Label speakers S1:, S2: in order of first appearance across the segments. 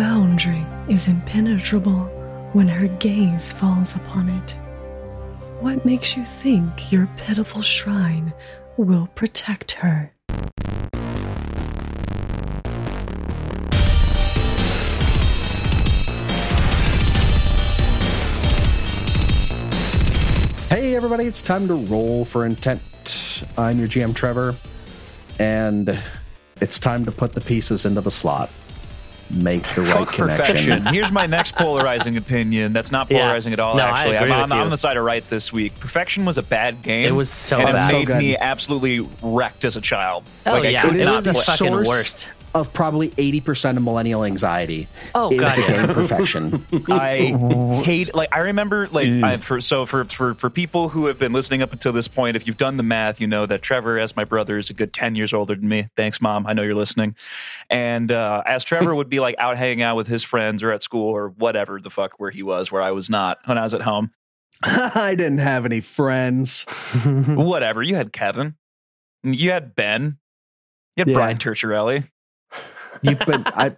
S1: boundary is impenetrable when her gaze falls upon it. What makes you think your pitiful shrine will protect her?
S2: Hey, everybody, it's time to roll for intent. I'm your GM, Trevor, and it's time to put the pieces into the slot. Make the right
S3: Fuck perfection.
S2: connection.
S3: Here's my next polarizing opinion. That's not
S4: Yeah.
S3: polarizing at all.
S4: No, I
S3: actually,
S4: agree
S3: I'm,
S4: with
S3: on, I'm
S4: you.
S3: on the side of right this week. Perfection was a bad game.
S4: It was so
S3: and
S4: bad.
S3: It
S2: So
S3: made
S2: good.
S3: me absolutely wrecked as a child.
S4: Oh,
S3: like,
S4: yeah.
S3: I could
S4: It is
S3: not
S4: the
S3: play-
S4: fucking worst.
S2: of probably 80% of millennial anxiety
S4: Oh,
S2: is
S4: God,
S2: the
S4: yeah.
S2: game perfection.
S3: I hate like I remember like I, for so for, for for people who have been listening up until this point, if you've done the math, you know that Trevor, as my brother, is a good ten years older than me. Thanks, mom. I know you're listening. And uh, as Trevor would be like out hanging out with his friends or at school or whatever the fuck where he was, where I was not when I was at home.
S2: I didn't have any friends.
S3: whatever. You had Kevin. You had Ben. You had
S2: Yeah.
S3: Brian Turcharelli.
S2: You, but I,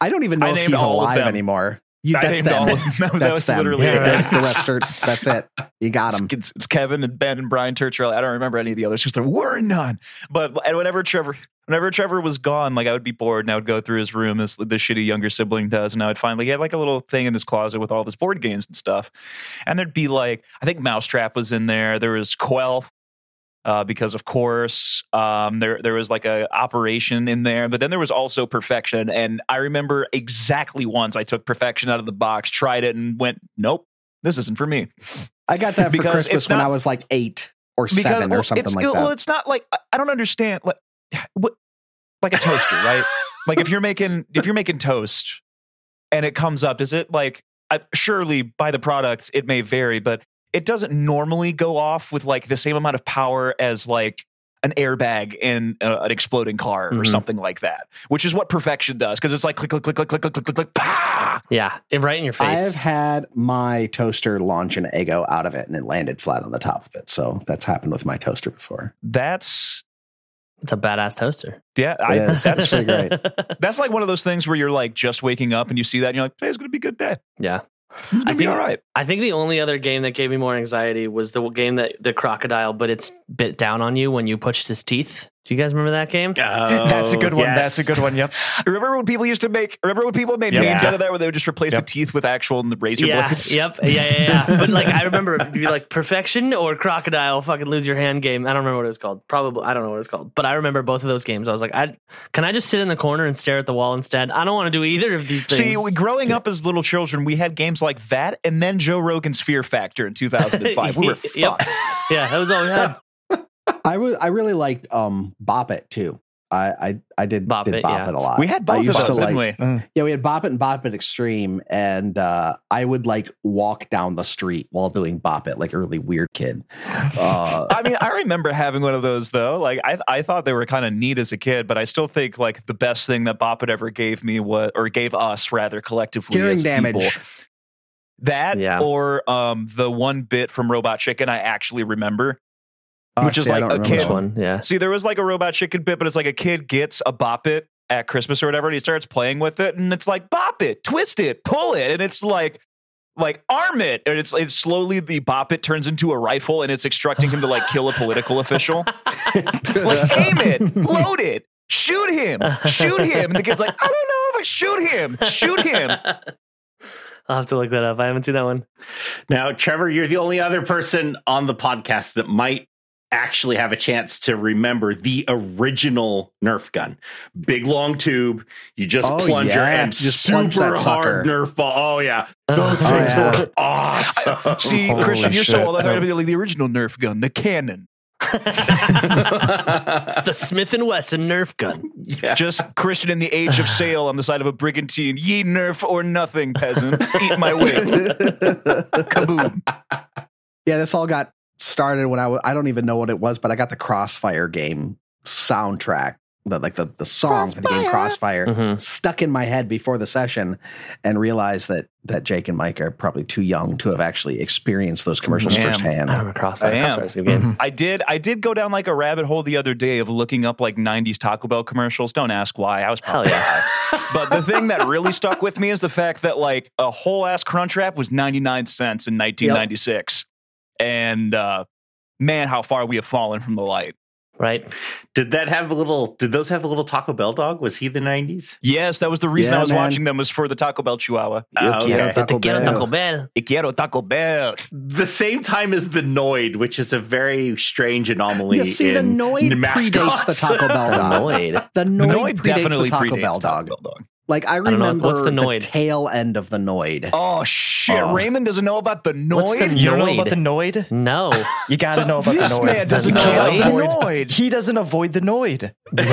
S2: I don't even know
S3: I
S2: if
S3: named
S2: he's
S3: all of
S2: alive
S3: them.
S2: anymore. You,
S3: I
S2: that's
S3: named
S2: them.
S3: all of them.
S2: that's
S3: That's
S2: them.
S3: literally
S2: Yeah,
S3: it.
S2: the, the rest are, that's it. You got him.
S3: It's, it's, it's Kevin and Ben and Brian Turcharelli. I don't remember any of the others because there were none. But and whenever Trevor, whenever Trevor was gone, like I would be bored and I would go through his room as the shitty younger sibling does, and I would find like he had like a little thing in his closet with all of his board games and stuff. And there'd be like I think Mousetrap was in there. There was Quelf. Uh, because of course, um, there there was like a operation in there, but then there was also perfection. And I remember exactly once I took perfection out of the box, tried it, and went, "Nope, this isn't for me."
S2: I got that for
S3: Because
S2: Christmas
S3: it's
S2: when
S3: not-
S2: I was like eight or seven
S3: well,
S2: or something
S3: oh, it's,
S2: like
S3: it-
S2: that.
S3: Well, it's not like I- I don't understand like what like a toaster, right? Like if you're making if you're making toast and it comes up, does it like I, surely by the product it may vary, but it doesn't normally go off with like the same amount of power as like an airbag in uh, an exploding car or
S2: Mm-hmm.
S4: Mhm.
S3: something like that, which is what perfection does because it's like click click click click click click click ah! click click. Bah!
S4: Yeah, it right in your
S2: I've
S4: face.
S2: had my toaster launch an Eggo out of it and it landed flat on the top of it. So that's happened with my toaster before.
S3: That's
S4: It's a badass toaster.
S3: yeah, I,
S2: Yeah, it's
S3: that's
S2: pretty great.
S3: that's like one of those things where you're like just waking up and you see that and you're like today's gonna be a good day.
S4: yeah.
S3: It's gonna
S4: I
S3: be
S4: think-
S3: all right.
S4: I think the only other game that gave me more anxiety was the game that the crocodile but it's bit down on you when you pushed his teeth. Do you guys remember that
S2: Oh,
S4: game?
S5: That's a good one. That's a good one. Yep.
S3: Remember when people used to make? Remember when people made
S5: Yeah.
S3: memes out of that where they would just replace
S5: Yep.
S3: the teeth with actual razor
S4: yeah,
S3: blades?
S4: Yep. Yeah, yeah, yeah. but like I remember it'd be like perfection or crocodile fucking lose your hand game. I don't remember what it was called. Probably I don't know what it was called. But I remember both of those games. I was like, I can I just sit in the corner and stare at the wall instead? I don't want to do either of these things.
S3: See, we- growing up as little children, we had games like that, and then Joe Rogan's Fear Factor in 2005. We were
S4: Yep.
S3: fucked.
S4: yeah, that was all we had.
S2: I wa- I really liked um, Bop It too. I, I, I did
S4: Bop
S2: Bop, did
S4: It,
S2: Bop
S4: yeah.
S2: It a lot.
S3: We had
S2: I
S3: both of
S2: used
S3: those,
S2: to
S3: didn't
S2: like,
S3: we?
S5: uh.
S2: Yeah, we had Bop It and Bop It Extreme. And uh, I would like walk down the street while doing Bop It, like early weird kid. Uh,
S3: I mean, I remember having one of those though. Like, I I thought they were kind of neat as a kid, but I still think like the best thing that Bop It ever gave me was, or gave us rather collectively,
S2: Hearing
S3: as
S2: damage.
S3: people, That
S4: Yeah.
S3: or um the one bit from Robot Chicken I actually remember.
S2: oh,
S3: Which is
S2: I
S3: like
S2: don't
S3: a
S2: remember
S3: kid-
S2: that
S4: Which one? Yeah.
S3: See, there was like a robot chicken bit, but it's like a kid gets a bop it at Christmas or whatever, and he starts playing with it, and it's like bop it, twist it, pull it, and it's like like arm it, and it's it's slowly the bop it turns into a rifle, and it's instructing him to like kill a political official, like aim it, load it, shoot him, shoot him, and the kid's like I don't know if I shoot him, shoot him.
S4: I'll have to look that up. I haven't seen that one.
S5: Now, Trevor, you're the only other person on the podcast that might actually have a chance to remember the original Nerf gun. Big long tube. You just
S2: Oh,
S5: plunger
S2: yeah.
S5: and
S2: You just plunge
S5: super
S2: that sucker.
S5: hard Nerf ball. Oh yeah. Those
S2: Oh,
S5: things
S2: yeah.
S5: were awesome.
S3: See,
S5: Holy
S3: Christian, you're so
S5: shit.
S3: old. I thought it'd be like the original Nerf gun, the cannon.
S4: the Smith and Wesson Nerf gun.
S5: yeah.
S3: Just Christian in the age of sail on the side of a brigantine. Ye nerf or nothing, peasant. Eat my weight. Kaboom.
S2: Yeah, this all got started when I was, I don't even know what it was, but I got the Crossfire game soundtrack the like the, the song for the game Crossfire
S4: Mhm.
S2: stuck in my head before the session and realized that that Jake and Mike are probably too young to have actually experienced those commercials
S3: Damn.
S2: firsthand.
S4: I remember Crossfire.
S3: I am.
S4: Crossfire's a good game.
S3: I did. I did go down like a rabbit hole the other day of looking up like '90s Taco Bell commercials. Don't ask why. I was
S4: Hell
S3: probably
S4: yeah.
S3: high. But the thing that really stuck with me is the fact that like a whole ass crunch wrap was 99 cents in 1996, and uh, man, how far we have fallen from the light.
S4: Right?
S5: Did that have a little? Did those have a little Taco Bell dog? Was he the nineties?
S3: Yes, that was the reason
S2: Yeah,
S3: I was
S2: man.
S3: watching them was for the Taco Bell Chihuahua.
S5: Oh,
S2: Yo quiero
S5: okay.
S2: Taco
S4: Te quiero
S2: Bell.
S4: Taco Bell.
S3: I quiero Taco Bell.
S5: The same time as the Noid, which is a very strange anomaly.
S2: You see, the
S5: in
S2: Noid
S5: mascots.
S2: predates the Taco Bell dog.
S4: Annoyed.
S2: The Noid,
S3: The Noid
S2: predates
S3: definitely
S2: the Taco
S3: predates
S2: Bell
S3: Taco
S2: dog.
S3: Bell dog.
S2: Like I
S4: don't know,
S2: remember
S4: what's the
S2: the
S4: Noid?
S2: tail end of the Noid.
S3: Oh shit!
S2: Oh.
S3: Raymond doesn't know about the
S6: What's the
S3: Noid.
S6: you don't know
S4: Noid.
S6: about the Noid?
S4: No.
S3: Oh
S6: You gotta know about
S3: This
S6: the Noid.
S3: man doesn't
S6: You
S4: know
S6: can't
S4: about the
S6: avoid-
S3: Noid.
S6: He doesn't avoid the Noid.
S3: oh my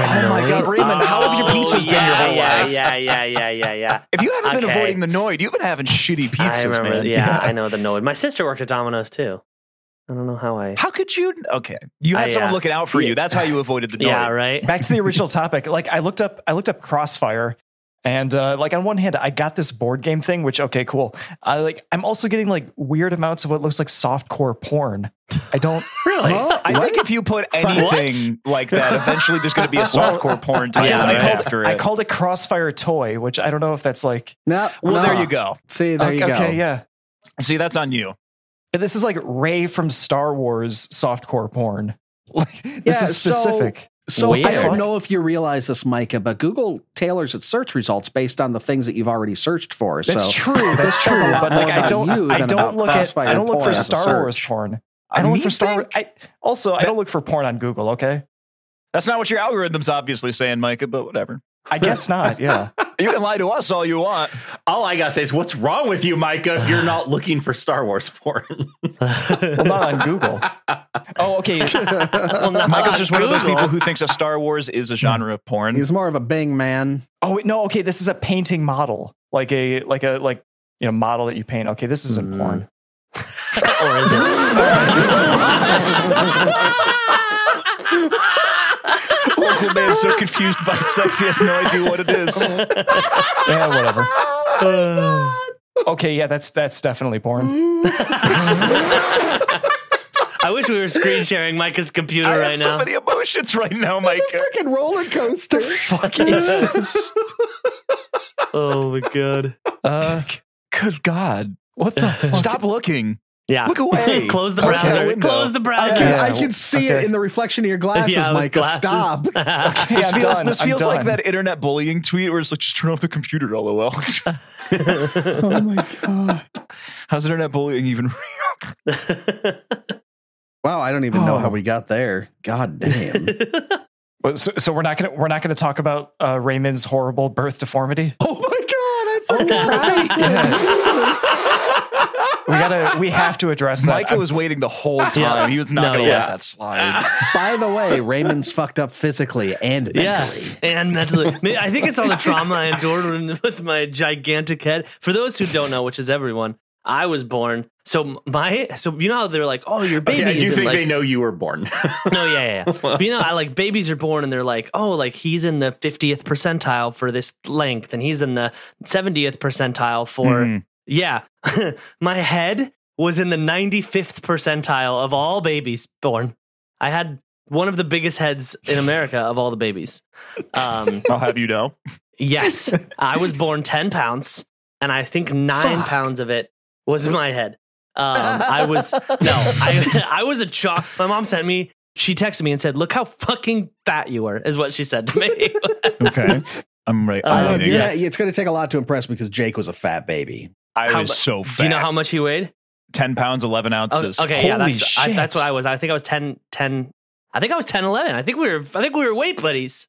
S3: god, Raymond! how have your
S4: Oh,
S3: pizzas
S4: yeah,
S3: been your whole
S4: yeah,
S3: life?
S4: Yeah, yeah, yeah, yeah, yeah.
S3: If you haven't been
S4: Okay.
S3: avoiding the Noid, you've been having shitty pizzas,
S4: I remember.
S3: man.
S4: Yeah, I know the Noid. My sister worked at Domino's too. I don't know how I.
S3: How could you? Okay, you had
S4: I,
S3: someone
S4: uh,
S3: looking out for you. That's how you avoided the Noid.
S4: Yeah, right.
S6: Back to the original topic. Like I looked up, I looked up Crossfire, and uh, like on one hand, I got this board game thing, which okay, cool. I like. I'm also getting like weird amounts of what looks like softcore porn. I don't.
S4: Really?
S3: I think if you put anything like that, eventually there's going to be a softcore porn title
S6: I guess
S3: right
S6: I called.
S3: after it.
S6: I called it Crossfire toy, which I don't know if that's like.
S2: No,
S3: well,
S2: no.
S3: there you go.
S2: See, there
S6: okay,
S2: you go.
S6: okay, yeah.
S3: See, that's on you.
S6: And This is like Ray from Star Wars softcore porn. Like this
S2: Yeah,
S6: is
S2: so-
S6: specific.
S2: So I
S4: Weird.
S2: don't know if you realize this, Micah, but Google tailors its search results based on the things that you've already searched for.
S6: That's
S2: so
S6: true.
S2: this
S6: That's
S2: says a
S6: true.
S2: lot
S6: But
S2: more
S6: like, I
S2: about you
S6: don't. I
S2: than about
S6: don't look at.
S2: Crossfire
S6: I don't look
S2: Toy
S6: for
S2: as a
S6: Star Wars
S2: search.
S6: porn. I don't look
S3: Me
S6: for Star.
S3: think-
S6: I also. I don't look for porn on Google. Okay.
S3: That's not what your algorithm's obviously saying, Micah. But whatever.
S6: I guess not. Yeah.
S3: You can lie to us all you want.
S5: All I gotta say is, what's wrong with you, Micah? If you're not looking for Star Wars porn,
S6: well, not on Google. Oh, okay.
S4: well, not
S3: Micah's
S4: on
S3: just one of those
S4: Google.
S3: people who thinks a Star Wars is a genre of porn.
S2: He's more of a Bing man.
S6: Oh wait, no. Okay, this is a painting model, like a like a like you know model that you paint. Okay, this isn't
S3: Mm.
S6: porn.
S4: or is it?
S3: Local man so confused by sex, he has no idea what it is.
S6: Yeah, whatever.
S3: Oh
S6: okay, yeah, that's that's definitely porn.
S4: I wish we were screen sharing Micah's computer
S3: I
S4: right
S3: have so
S4: now.
S3: many emotions right now, Mike.
S2: freaking roller coaster.
S6: Fuck is this?
S4: oh my god.
S6: Uh,
S3: Good God.
S6: what the? Fuck?
S3: Stop looking.
S4: Yeah.
S3: Look away.
S4: Close the
S3: Close that
S4: browser.
S3: window.
S4: Close the browser.
S2: I can,
S6: Yeah,
S2: I can see it
S6: okay.
S2: in the reflection of your glasses,
S4: Yeah, with
S2: Micah.
S4: glasses.
S2: Stop.
S6: Okay,
S3: This
S6: I'm
S3: feels,
S6: done.
S3: this
S6: I'm
S3: feels like
S6: done.
S3: that internet bullying tweet where it's like, just turn off the computer, lol.
S2: Oh my god.
S3: How's internet bullying even real?
S2: Wow, I don't even know
S6: Oh.
S2: how we got there. God damn.
S6: But So, so we're not gonna we're not gonna talk about uh, Raymond's horrible birth deformity.
S2: oh my god, I forgot.
S6: We gotta we have to address that.
S3: Micah was waiting the whole time. He was not
S4: No,
S3: going to
S4: yeah.
S3: let that slide.
S2: By the way, Raymond's fucked up physically and
S4: yeah,
S2: mentally.
S4: and mentally. I mean, I think it's all the trauma I endured when- with my gigantic head. For those who don't know, which is everyone, I was born. So my, so you know how they're like, oh, your baby
S5: okay, I do
S4: isn't
S5: think
S4: like,
S5: they know you were born.
S4: No, yeah, yeah. yeah. but you know, I like babies are born and they're like, oh, like he's in the 50th percentile for this length and he's in the 70th percentile for,
S3: Mhm.
S4: yeah. My head was in the 95th percentile of all babies born. I had one of the biggest heads in America of all the babies. Um,
S3: I'll have you know.
S4: yes, I was born 10 pounds and I think nine
S2: Fuck.
S4: pounds of it was my head. Um, I was no, I I was a chalk. My mom sent me. She texted me and said, "Look how fucking fat you were," is what she said to me.
S3: Okay. I'm right.
S4: Uh,
S2: I don't,
S4: Um,
S2: you're
S4: yes.
S2: not- it's going to take a lot to impress me because Jake was a fat baby.
S3: I
S4: How
S3: was
S4: mu-
S3: so fat.
S4: Do you know how much he weighed?
S3: 10 pounds, 11
S4: Oh,
S3: ounces.
S4: okay, yeah,
S6: Holy
S4: that's I, that's
S6: shit.
S4: what I was. I think I was 10, 10 I think I was 10, 11. I think we were. I think we were weight buddies.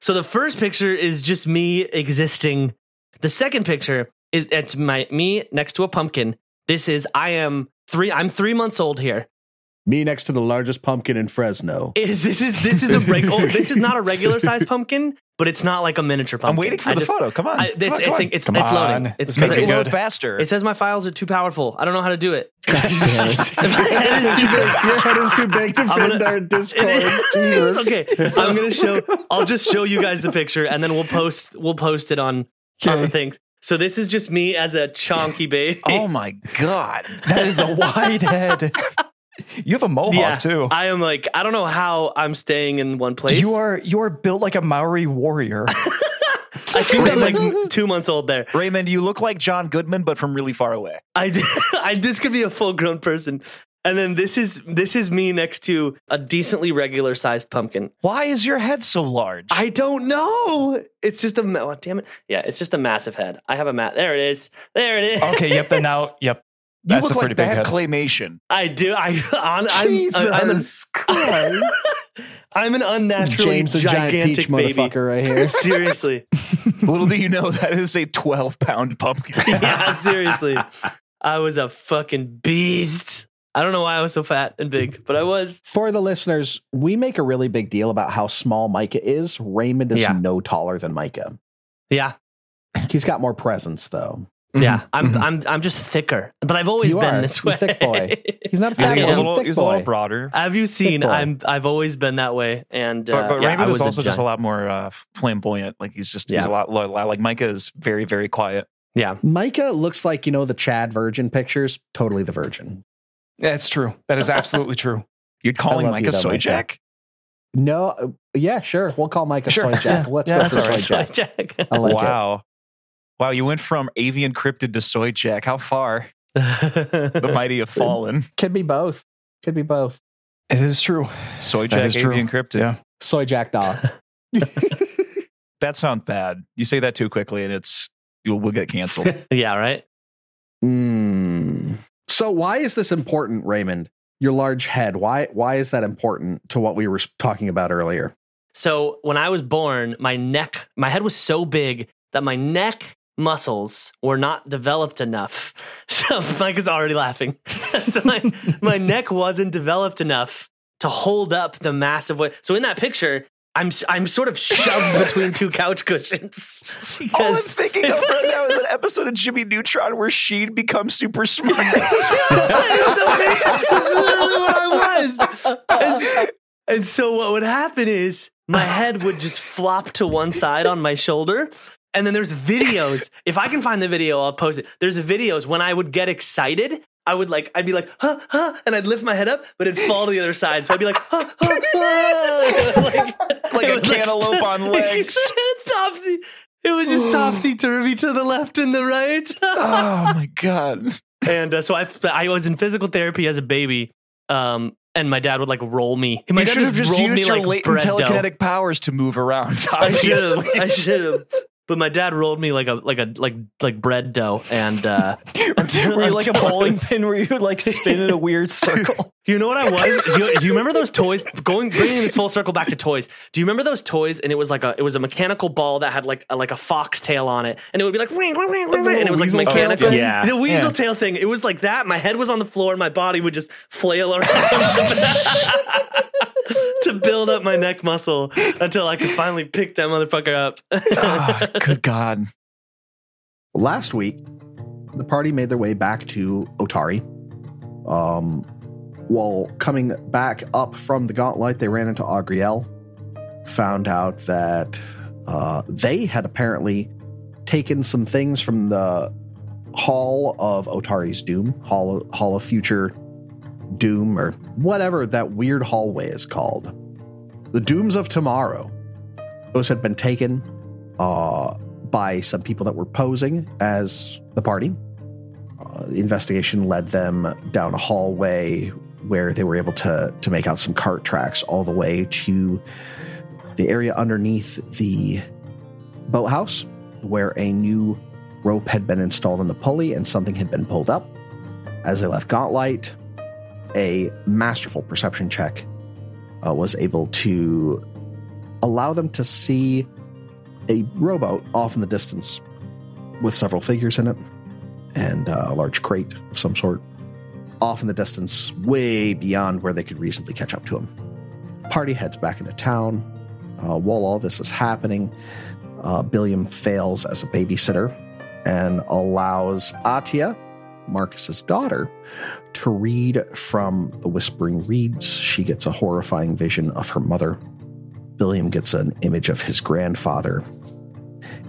S4: So the first picture is just me existing. The second picture is it's my me next to a pumpkin. This is I am three. I'm three months old here.
S2: Me next to the largest pumpkin in Fresno.
S4: Is this is this is a reg- oh, this is not a regular size pumpkin, but it's not like a miniature
S3: I'm
S4: pumpkin.
S3: waiting for
S4: I
S3: the
S4: just-
S3: photo. Come on.
S4: I,
S3: Come
S4: it's,
S3: on, come
S4: I
S3: on.
S4: think it's
S6: Come
S4: it's loading.
S6: on.
S4: It's
S6: Let's
S3: Make
S6: make
S3: it
S6: it
S3: load
S6: good.
S3: faster.
S4: It says my files are too powerful. I don't know how to do it.
S2: Your head is too big. Your head is too big to
S4: gonna-
S2: fit in our Discord. Jesus.
S4: okay. I'm gonna show. I'll just show you guys the picture, and then we'll post. We'll post it on on the
S6: Okay.
S4: things. So this is just me as a chonky baby.
S3: oh my god.
S6: That is a wide head. You have a mohawk
S4: yeah,
S6: Oh, too.
S4: I am like I don't know how I'm staying in one place.
S6: You are you are built like a Maori warrior.
S4: I think I'm like two months old there.
S3: Raymond, you look like John Goodman, but from really far away.
S4: I, d- I- this could be a full grown person. And then this is this is me next to a decently regular sized pumpkin.
S3: Why is your head so large?
S4: I don't know. It's just a ma- oh, damn it. Yeah, it's just a massive head. I have a mat. There it is. There it is.
S6: okay, yep, then now yep.
S3: you
S6: That's
S3: look
S6: a pretty
S3: like
S6: big
S3: bad
S6: head.
S3: claymation.
S4: I do. I on, I'm uh,
S2: Jesus
S4: I'm an,
S2: Christ.
S4: I'm an unnaturally
S2: James the giant
S4: gigantic
S2: peach
S4: baby.
S2: motherfucker right here.
S4: Seriously.
S3: Little do you know that is a 12 pound pumpkin.
S4: Yeah, seriously. I was a fucking beast. I don't know why I was so fat and big, but I was.
S2: For the listeners, we make a really big deal about how small Micah is. Raymond is
S6: Yeah.
S2: no taller than Micah.
S4: Yeah.
S2: He's got more presence though.
S4: Yeah, I'm
S6: mhm.
S4: I'm I'm just thicker, but I've always
S2: Mm-hmm. You
S4: been
S2: are.
S4: this
S2: You're
S4: way.
S2: a thick boy. He's not a
S3: He's,
S2: fat
S3: he's
S2: boy,
S3: a little,
S2: thick
S3: he's a little
S2: boy.
S3: broader.
S4: Have you seen?
S2: boy.
S4: I'm I've always been that way, and uh,
S3: But, but
S4: yeah, I
S3: Raymond is
S4: was
S3: also just a
S4: giant.
S3: lot more uh, flamboyant. Like he's just he's
S4: Yeah.
S3: a lot lo- lo- like Micah is very very quiet.
S4: Yeah,
S2: Micah looks like, you know, the Chad virgin pictures, totally the virgin.
S6: That's true. That is absolutely true.
S3: You're calling
S2: love you
S3: Micah
S2: though,
S3: Soy
S2: Micah.
S3: Jack?
S2: No, uh, yeah, sure. We'll call Micah
S6: Sure.
S2: Soy Jack.
S6: Yeah.
S2: Let's
S6: Yeah,
S2: go
S6: that's
S2: for
S6: all
S2: Soy
S6: right.
S2: Jack.
S4: Jack.
S2: I like it.
S3: wow. Wow, you went from avian cryptid to soy jack. How far? The mighty have fallen.
S2: Could be both. Could be both.
S6: It is true.
S3: Soy
S6: That
S3: jack,
S6: is true.
S3: avian cryptid.
S6: Yeah.
S2: Soy Jack Daw.
S3: That sounds bad. You say that too quickly and it's you'll we'll get canceled.
S4: yeah, right.
S2: Mm. So why is this important, Raymond? Your large head. Why why is that important to what we were talking about earlier?
S4: So when I was born, my neck, my head was so big that my neck muscles were not developed enough. So Mike is already laughing. so my, my neck wasn't developed enough to hold up the massive weight. So in that picture, I'm s- I'm sort of shoved between two couch cushions
S3: All I'm
S4: because
S3: thinking of right now is an episode of Jimmy Neutron where Sheen becomes super smart.
S4: That's literally what I was. And, and so what would happen is my head would just flop to one side on my shoulder. And then there's videos. If I can find the video, I'll post it. There's videos when I would get excited. I would like, I'd be like, huh, huh, and I'd lift my head up, but it'd fall to the other side. So I'd be like, huh, huh, huh. like,
S3: Like a
S4: it was
S3: cantaloupe on legs.
S4: it's topsy. It was just topsy turvy to the left and the right.
S3: oh my god.
S4: and uh, so I, I was in physical therapy as a baby, um, and my dad would like roll me. My
S3: you
S4: dad
S3: should have just
S4: rolled me
S3: used your
S4: like
S3: latent
S4: bread dough.
S3: telekinetic powers to move around.
S4: I should have.
S3: obviously.
S4: I should have. But my dad rolled me like a like a like like bread dough, and uh,
S6: Were you like a bowling
S4: pin?
S6: pin where you would like spin in a weird circle?
S4: You know what I was? you, you remember those toys? Going bringing this full circle back to toys. Do you remember those toys? And it was like a it was a mechanical ball that had like a, like a fox tail on it, and it would be like "Wing, wing, wing, wing," and it was like
S3: weasel tail
S4: mechanical.
S5: thing? Yeah.
S4: the weasel
S3: Yeah.
S4: tail thing. It was like that. My head was on the floor, and my body would just flail around to build up my neck muscle until I could finally pick that motherfucker up.
S3: Ah, good god.
S2: Last week, the party made their way back to Otari. Um, while coming back up from the Gauntlet, they ran into Agriel, found out that uh, they had apparently taken some things from the Hall of Otari's Doom, Hall Hall of Future Doom, or whatever that weird hallway is called. The Dooms of Tomorrow. Those had been taken uh, by some people that were posing as the party. Uh, the investigation led them down a hallway where they were able to to make out some cart tracks all the way to the area underneath the boathouse where a new rope had been installed in the pulley and something had been pulled up. As they left Gauntlight, a masterful perception check uh, was able to allow them to see a rowboat off in the distance with several figures in it and uh, a large crate of some sort. off in the distance, way beyond where they could reasonably catch up to him. Party heads back into town. Uh, while all this is happening, uh, Billiam fails as a babysitter and allows Atia, Marcus's daughter, to read from the Whispering Reeds. She gets a horrifying vision of her mother. Billiam gets an image of his grandfather.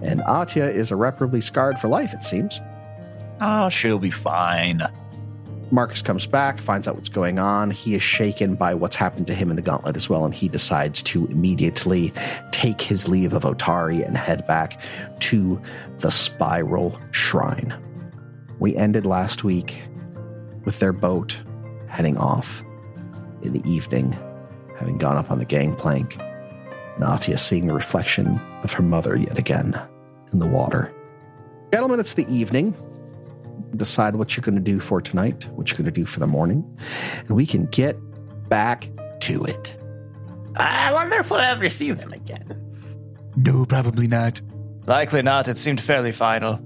S2: And Atia is irreparably scarred for life, it seems.
S3: Oh, she'll be fine.
S2: Marcus comes back, finds out what's going on. He is shaken by what's happened to him in the gauntlet as well, and he decides to immediately take his leave of Otari and head back to the Spiral Shrine. We ended last week with their boat heading off in the evening, having gone up on the gangplank. Natia seeing the reflection of her mother yet again in the water. Gentlemen, it's the evening decide what you're going to do for tonight, what you're going to do for the morning, and we can get back to it.
S5: I wonder if we'll ever see them again.
S3: No, probably not.
S6: Likely not. It seemed fairly final.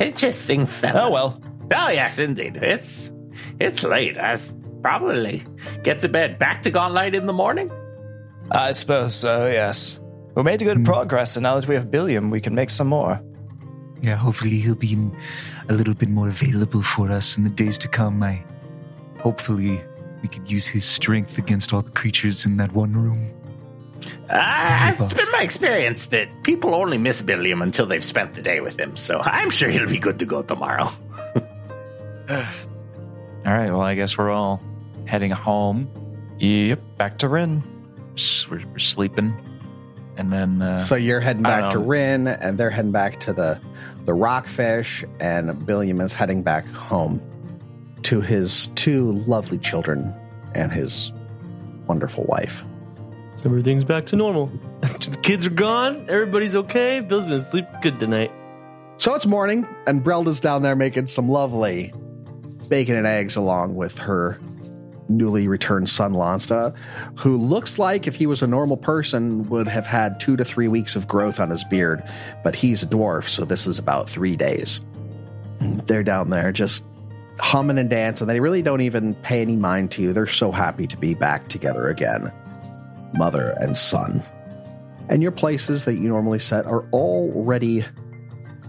S5: Interesting fellow.
S6: Oh well.
S5: Oh yes, indeed. It's it's late. I probably get to bed. Back to Gauntlet in the morning.
S6: I suppose so. Yes. We made good
S5: Hmm.
S6: progress, and now that we have Billiam, we can make some more.
S7: Yeah, hopefully he'll be a little bit more available for us in the days to come. I hopefully we could use his strength against all the creatures in that one room.
S5: I,
S7: boss.
S5: it's been my experience that people only miss Billiam until they've spent the day with him. So I'm sure he'll be good to go tomorrow.
S3: All right. Well, I guess we're all heading home.
S6: Yep. Back to Rin.
S3: S- We're, we're sleeping, and then uh,
S2: So you're heading back
S3: I
S2: to
S3: don't know.
S2: Rin, and they're heading back to the the Rockfish, and Billiam is heading back home to his two lovely children and his wonderful wife.
S4: Everything's back to normal. the kids are gone. Everybody's okay. Bill's gonna sleep good tonight.
S2: So it's morning, and Brelda's down there making some lovely bacon and eggs along with her newly returned son, Lansta, who looks like, if he was a normal person, would have had two to three weeks of growth on his beard. But he's a dwarf, so this is about three days. And They're down there just humming and dancing. They really don't even pay any mind to you. They're so happy to be back together again, mother and son. And your places that you normally set are already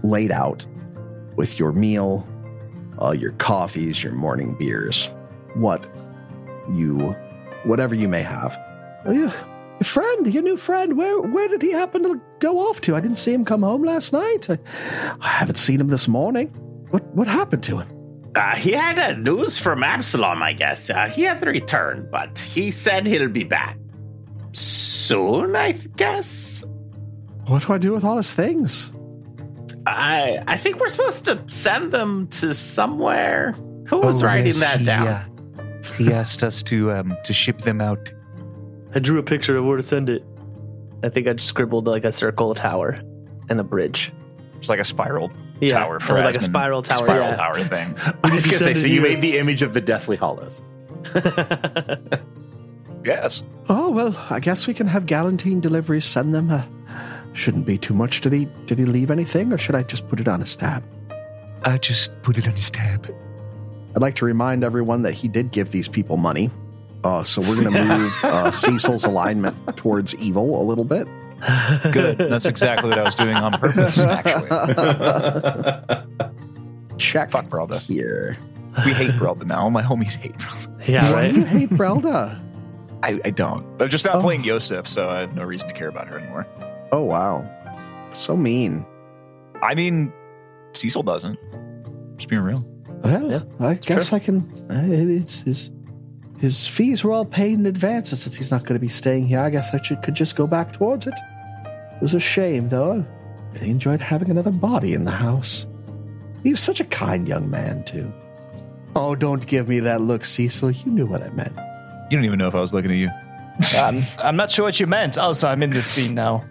S2: laid out with your meal, uh, your coffees, your morning beers, what you, whatever you may have. Oh, yeah. Your friend, your new friend, where where did he happen to go off to? I didn't see him come home last night. I, I haven't seen him this morning. What what happened to him?
S5: Uh, he had uh, news from Absalom, I guess. Uh, he had to return, but he said he'll be back soon. I guess.
S2: What do I do with all his things?
S5: I I think we're supposed to send them to somewhere. Who was
S7: Oh,
S5: writing
S7: yes,
S5: that
S7: he,
S5: down?
S7: uh, he asked us to um, to ship them out.
S4: I drew a picture of where to send it. I think I just scribbled like a circle, a tower, and a bridge.
S3: it's like a spiral
S4: Yeah,
S3: tower for
S4: or like a
S3: Asmund.
S4: spiral tower.
S3: Spiral
S4: yeah.
S3: tower thing.
S5: I was gonna say.
S4: send
S5: So
S4: it
S5: you
S4: here.
S5: made the image of the Deathly Hollows.
S3: Yes.
S2: Oh well, I guess we can have Galantine deliveries send them. Uh, shouldn't be too much. Did he did he leave anything, or should I just put it on a stab?
S7: I just put it on his tab.
S2: I'd like to remind everyone that he did give these people money. Uh, so we're going to move uh, Cecil's alignment towards evil a little bit.
S3: Good. That's exactly what I was doing on purpose. Actually,
S2: Check
S3: fuck Brelda.
S2: here.
S3: We hate Brelda now. My homies hate Brelda.
S4: yeah,
S2: Why do
S4: right.
S2: you hate Brelda?
S3: I, I don't. I'm just not
S2: Oh.
S3: playing Yosef, so I have no reason to care about her anymore.
S2: Oh wow, so mean.
S3: I mean, Cecil doesn't. Just being real.
S2: Well,
S4: Yeah,
S2: I guess I can. Uh, it's, his his fees were all paid in advance, and since he's not going to be staying here, I guess I should, could just go back towards it. It was a shame, though. I really enjoyed having another body in the house. He was such a kind young man, too. Oh, don't give me that look, Cecil. You knew what I meant.
S3: You don't even know if I was looking at you.
S6: I'm, Um, I'm not sure what you meant. Also, I'm in this scene now.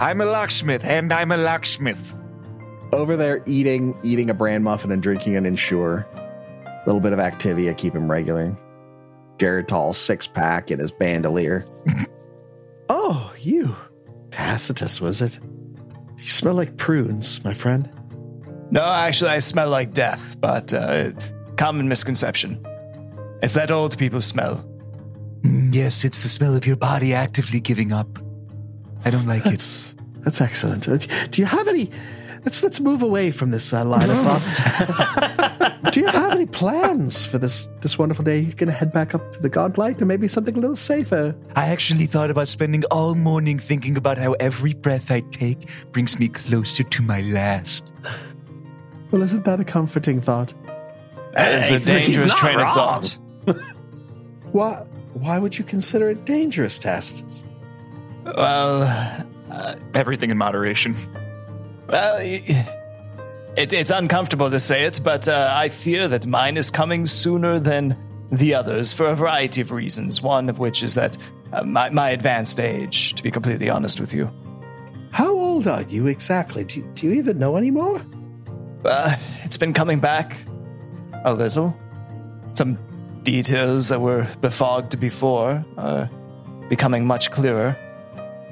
S3: I'm a locksmith, and I'm a locksmith.
S2: Over there, eating eating a bran muffin and drinking an Ensure. A little bit of Activia, keep him regular. Jared Tall, six pack in his bandolier. oh, you. Tacitus, was it? You smell like prunes, my friend.
S6: No, actually, I smell like death, but uh, common misconception. It's that old people smell.
S7: Mm, yes, it's the smell of your body actively giving up. I don't like it.
S2: That's that's excellent. Uh, Do you have any? Let's let's move away from this uh, line of thought. Do you have any plans for this this wonderful day? You're gonna head back up to the Godlight, or maybe something a little safer.
S7: I actually thought about spending all morning thinking about how every breath I take brings me closer to my last.
S2: Well, isn't that a comforting thought?
S6: That is
S5: he's-
S6: a dangerous
S5: he's not
S6: train of
S5: wrong.
S6: thought.
S2: Why why would you consider it dangerous, Tacitus?
S6: Well,
S3: Everything in moderation.
S6: well, y- it, it's uncomfortable to say it, but uh, I fear that mine is coming sooner than the others for a variety of reasons. One of which is that uh, my, my advanced age, to be completely honest with you.
S2: How old are you exactly? Do you, do you even know anymore?
S6: Uh, it's been coming back a little. Some details that were befogged before are becoming much clearer.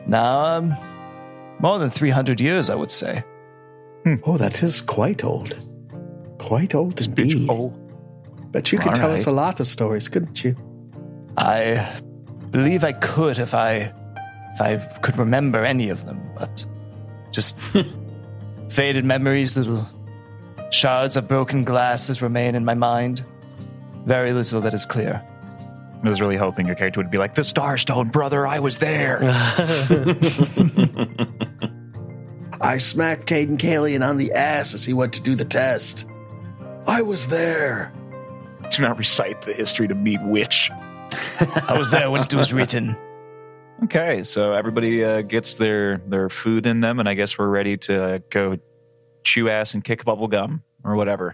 S6: Now, um, more than 300 years, I would say.
S2: Oh, that is quite old. Quite old indeed.
S3: Oh.
S2: But you could
S6: All
S2: tell
S6: right.
S2: us a lot of stories, couldn't you?
S6: I believe I could if I if I could remember any of them, but just faded memories, little shards of broken glass that remain in my mind. Very little that is clear.
S3: I was really hoping your character would be like, the Starstone, brother, I was there.
S2: I smacked Caden Kalian on the ass as he went to do the test. I was there.
S3: Do not recite the history to me, witch.
S6: I was there when it was written.
S3: Okay, so everybody uh, gets their, their food in them, and I guess we're ready to uh, go chew ass and kick bubble gum or whatever.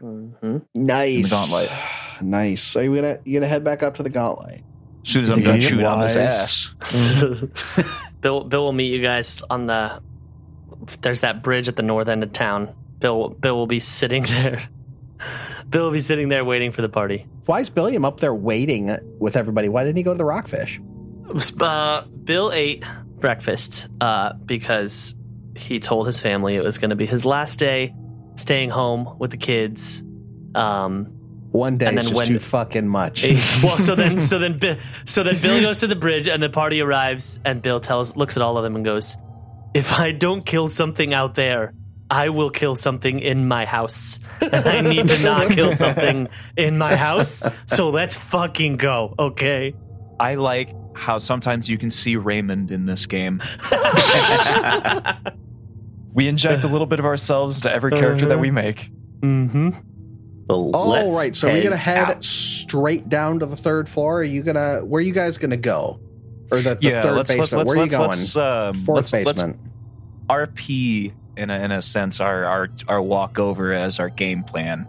S2: Nice.
S3: The gauntlet.
S2: Nice. So you gonna you gonna head back up to the gauntlet?
S3: As soon as
S2: You
S3: I'm
S2: think
S3: done
S2: I'm
S3: chewing on this
S2: wise?
S3: ass.
S4: Bill, Bill will meet you guys on the. There's that bridge at the north end of town. Bill, Bill will be sitting there. Bill will be sitting there waiting for the party.
S2: Why is Billiam up there waiting with everybody? Why didn't he go to the rockfish?
S4: Uh, Bill ate breakfast uh, because he told his family it was going to be his last day staying home with the kids. Um,
S2: One day
S4: And
S2: is
S4: then
S2: just
S4: when-
S2: too fucking much.
S4: Eh, well, so then, so then, Bi- so then, Bill goes to the bridge, and the party arrives, and Bill tells, looks at all of them, and goes, "If I don't kill something out there, I will kill something in my house. And I need to not kill something in my house. So let's fucking go, okay?"
S3: I like how sometimes you can see Raymond in this game.
S6: We inject a little bit of ourselves to every character that we make.
S4: Mm-hmm.
S5: Well,
S2: All right.
S5: let's
S2: So we're gonna head
S5: out.
S2: straight down to the third floor. Are you gonna? Where are you guys gonna go? Or the, the
S3: yeah,
S2: 3rd
S3: let's,
S2: basement?
S3: let's let's
S2: where are
S3: let's
S2: you going?
S3: let's, um,
S2: 4th
S3: let's, let's
S2: basement.
S3: RP in a, in a sense our our our walk over as our game plan.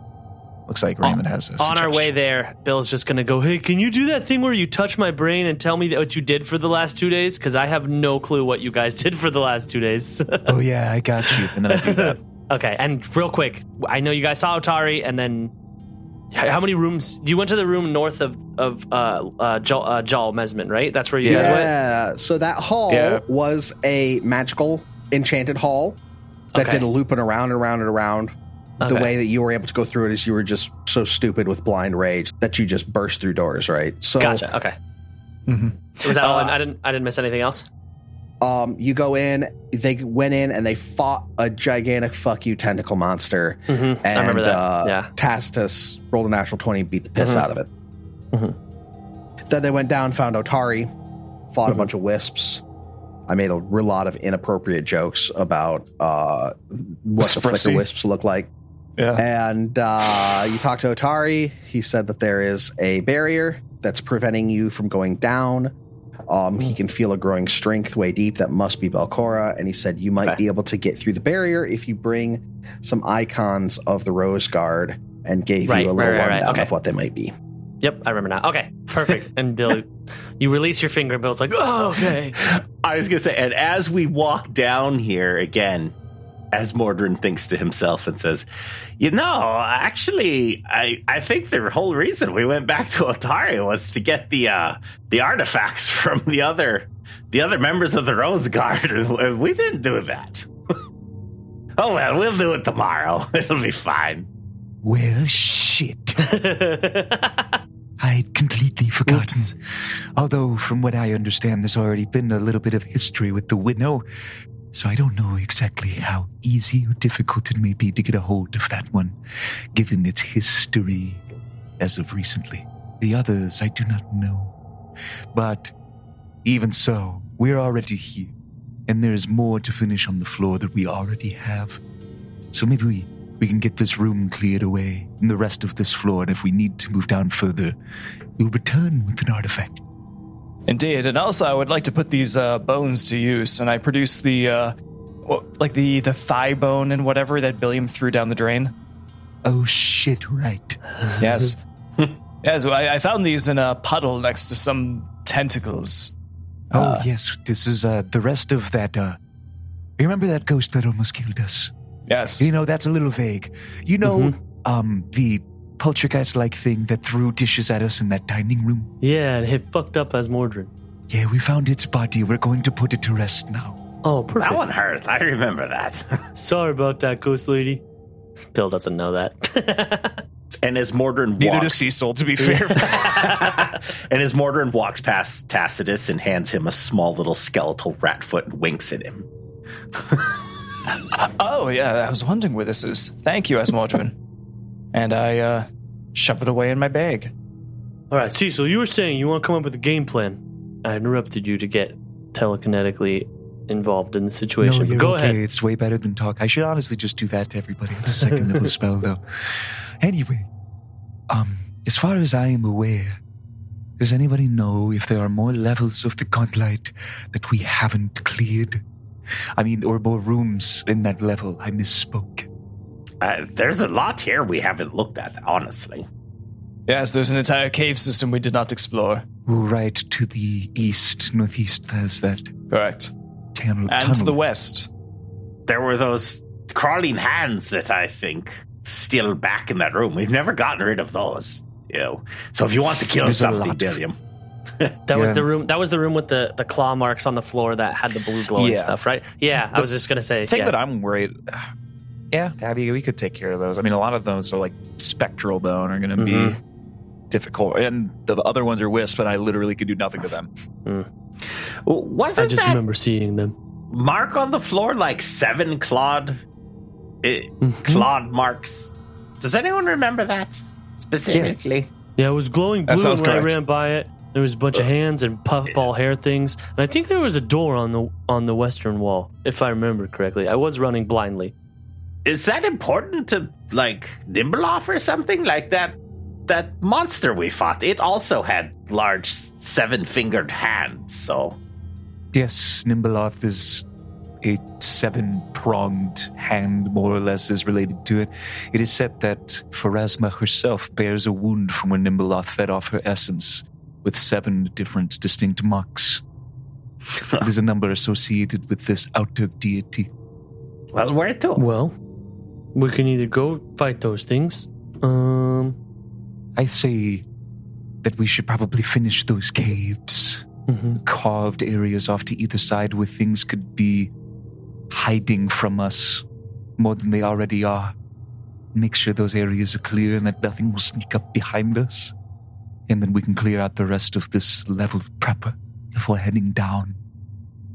S3: Looks like Raymond has this.
S4: On our way there, Bill's just gonna go, "Hey, can you do that thing where you touch my brain and tell me what you did for the last two days? Because I have no clue what you guys did for the last two days."
S7: Oh yeah, I got you.
S3: and then I do that.
S4: Okay, and real quick, I know you guys saw Otari, and then h- how many rooms? You went to the room north of of uh, uh, Jal, uh, Jal Mesmin, right? That's where you
S2: Yeah.
S4: guys went.
S2: So that hall
S3: Yeah.
S2: was a magical enchanted hall that
S4: Okay.
S2: did a looping around and around and around. The
S4: Okay.
S2: way that you were able to go through it is you were just so stupid with blind rage that you just burst through doors, right? So
S4: Gotcha. Okay. Was that all? I didn't. I didn't miss anything else.
S2: um, you go in, they went in and they fought a gigantic fuck you tentacle monster.
S4: Mm-hmm.
S2: And
S4: I remember that.
S2: Uh,
S4: yeah.
S2: Tacitus rolled a natural 20 and beat the piss
S4: Mhm.
S2: out of it.
S4: Mhm.
S2: Then they went down, found Otari, fought
S4: Mm-hmm.
S2: a bunch of wisps. I made a real lot of inappropriate jokes about uh, what the flicker
S6: Expressy.
S2: wisps look like.
S6: Yeah.
S2: And uh, you talked to Otari. He said that there is a barrier that's preventing you from going down. Um, He can feel a growing strength way deep that must be Belcora. And he said you might
S4: Okay.
S2: be able to get through the barrier if you bring some icons of the Rose Guard and gave
S4: Right,
S2: you a
S4: right,
S2: little
S4: right, right,
S2: rundown
S4: okay.
S2: of what they might be.
S4: Yep. I remember now. Okay. Perfect. and Bill, you release your finger, and Bill's like, "Oh, okay."
S5: I was gonna say, and as we walk down here again, as Mordrin thinks to himself and says, "You know, actually, I I think the whole reason we went back to Otari was to get the uh the artifacts from the other the other members of the Rose Guard, and we didn't do that." Oh well, we'll do it tomorrow. It'll be fine.
S3: Well, shit. I'd completely forgotten. Although, from what I understand, there's already been a little bit of history with the Winnow, so I don't know exactly how easy or difficult it may be to get a hold of that one, given its history as of recently. The others I do not know. But even so, we're already here, and there is more to finish on the floor that we already have. So maybe we, we can get this room cleared away and the rest of this floor, and if we need to move down further, we'll return with an artifact.
S6: Indeed, and also I would like to put these uh, bones to use, and I produce the, uh, well, like the the thigh bone and whatever that Billiam threw down the drain.
S3: Oh shit, right.
S6: Yes, yes. well, I, I found these in a puddle next to some tentacles.
S3: Oh
S6: Uh,
S3: yes, this is uh, the rest of that. Uh, remember that ghost that almost killed us?
S6: Yes,
S3: You know, that's a little vague. You know,
S6: Mm-hmm.
S3: um, the poltergeist-like thing that threw dishes at us in that dining room.
S4: yeah, and it fucked up as Mordred.
S3: Yeah, we found its body. We're going to put it to rest now.
S4: Oh, perfect.
S5: That one hurt. I remember that.
S4: Sorry about that, ghost lady. Bill doesn't know that.
S5: and as Mordrin
S6: neither does
S5: walks,
S6: Cecil. To be fair,
S5: and as Mordrin walks past Tacitus and hands him a small little skeletal rat foot and winks at him.
S6: Oh yeah, I was wondering where this is. Thank you, Asmodron. and I uh, shove it away in my bag.
S4: All right, Cecil, you were saying you want to come up with a game plan. I interrupted you to get telekinetically involved in the situation.
S3: no,
S4: but
S3: you're
S4: go
S3: okay.
S4: ahead.
S3: It's way better than talk. I should honestly just do that to everybody. It's a second level spell, though. Anyway, um, as far as I am aware, does anybody know if there are more levels of the godlight that we haven't cleared? I mean, or more rooms in that level? I misspoke.
S5: Uh, there's a lot here we haven't looked at, honestly.
S6: Yes, there's an entire cave system we did not explore.
S3: Right to the east, northeast, there's that
S6: Correct.
S3: tunnel.
S6: And to
S3: Mm, tunnel.
S6: the west.
S5: There were those crawling hands that I think still back in that room. We've never gotten rid of those. You know. So if you want to kill
S3: There's a
S5: something,
S3: lot.
S5: Dilliam.
S4: That was
S3: Yeah.
S4: the room. That was the room with the, the claw marks on the floor that had the blue glowing
S8: Yeah.
S4: stuff, right? Yeah, I was just gonna say.
S8: The thing
S4: yeah.
S8: that I'm worried. Yeah, Abby, we could take care of those. I mean, a lot of those are like spectral though, and are going to be
S3: Mm-hmm.
S8: difficult. And the other ones are wisp, and I literally could do nothing to them.
S5: Wasn't
S4: I just
S5: that
S4: remember seeing them.
S5: mark on the floor like seven clawed, eh,
S4: Hmm.
S5: clawed marks? Does anyone remember that specifically?
S4: Yeah, it was glowing
S6: That
S4: blue when
S6: sounds
S4: I
S6: correct. Uh,
S4: ran by it. There was a bunch of hands and puffball hair things, and I think there was a door on the on the western wall, if I remember correctly. I was running blindly.
S5: Is that important to like Nimbleoff or something like that? That monster we fought, it also had large seven fingered hands, so.
S3: Yes, Nimbaloth is a seven pronged hand, more or less, is related to it. It is said that Pharasma herself bears a wound from when Nimbaloth fed off her essence with seven different distinct marks. There's a number associated with this outer deity.
S5: Well, where to?
S4: Well, we can either go fight those things. Um,
S3: I say that we should probably finish those caves.
S4: mhm.
S3: carved areas off to either side where things could be hiding from us more than they already are. Make sure those areas are clear and that nothing will sneak up behind us. And then we can clear out the rest of this level proper if we're heading down.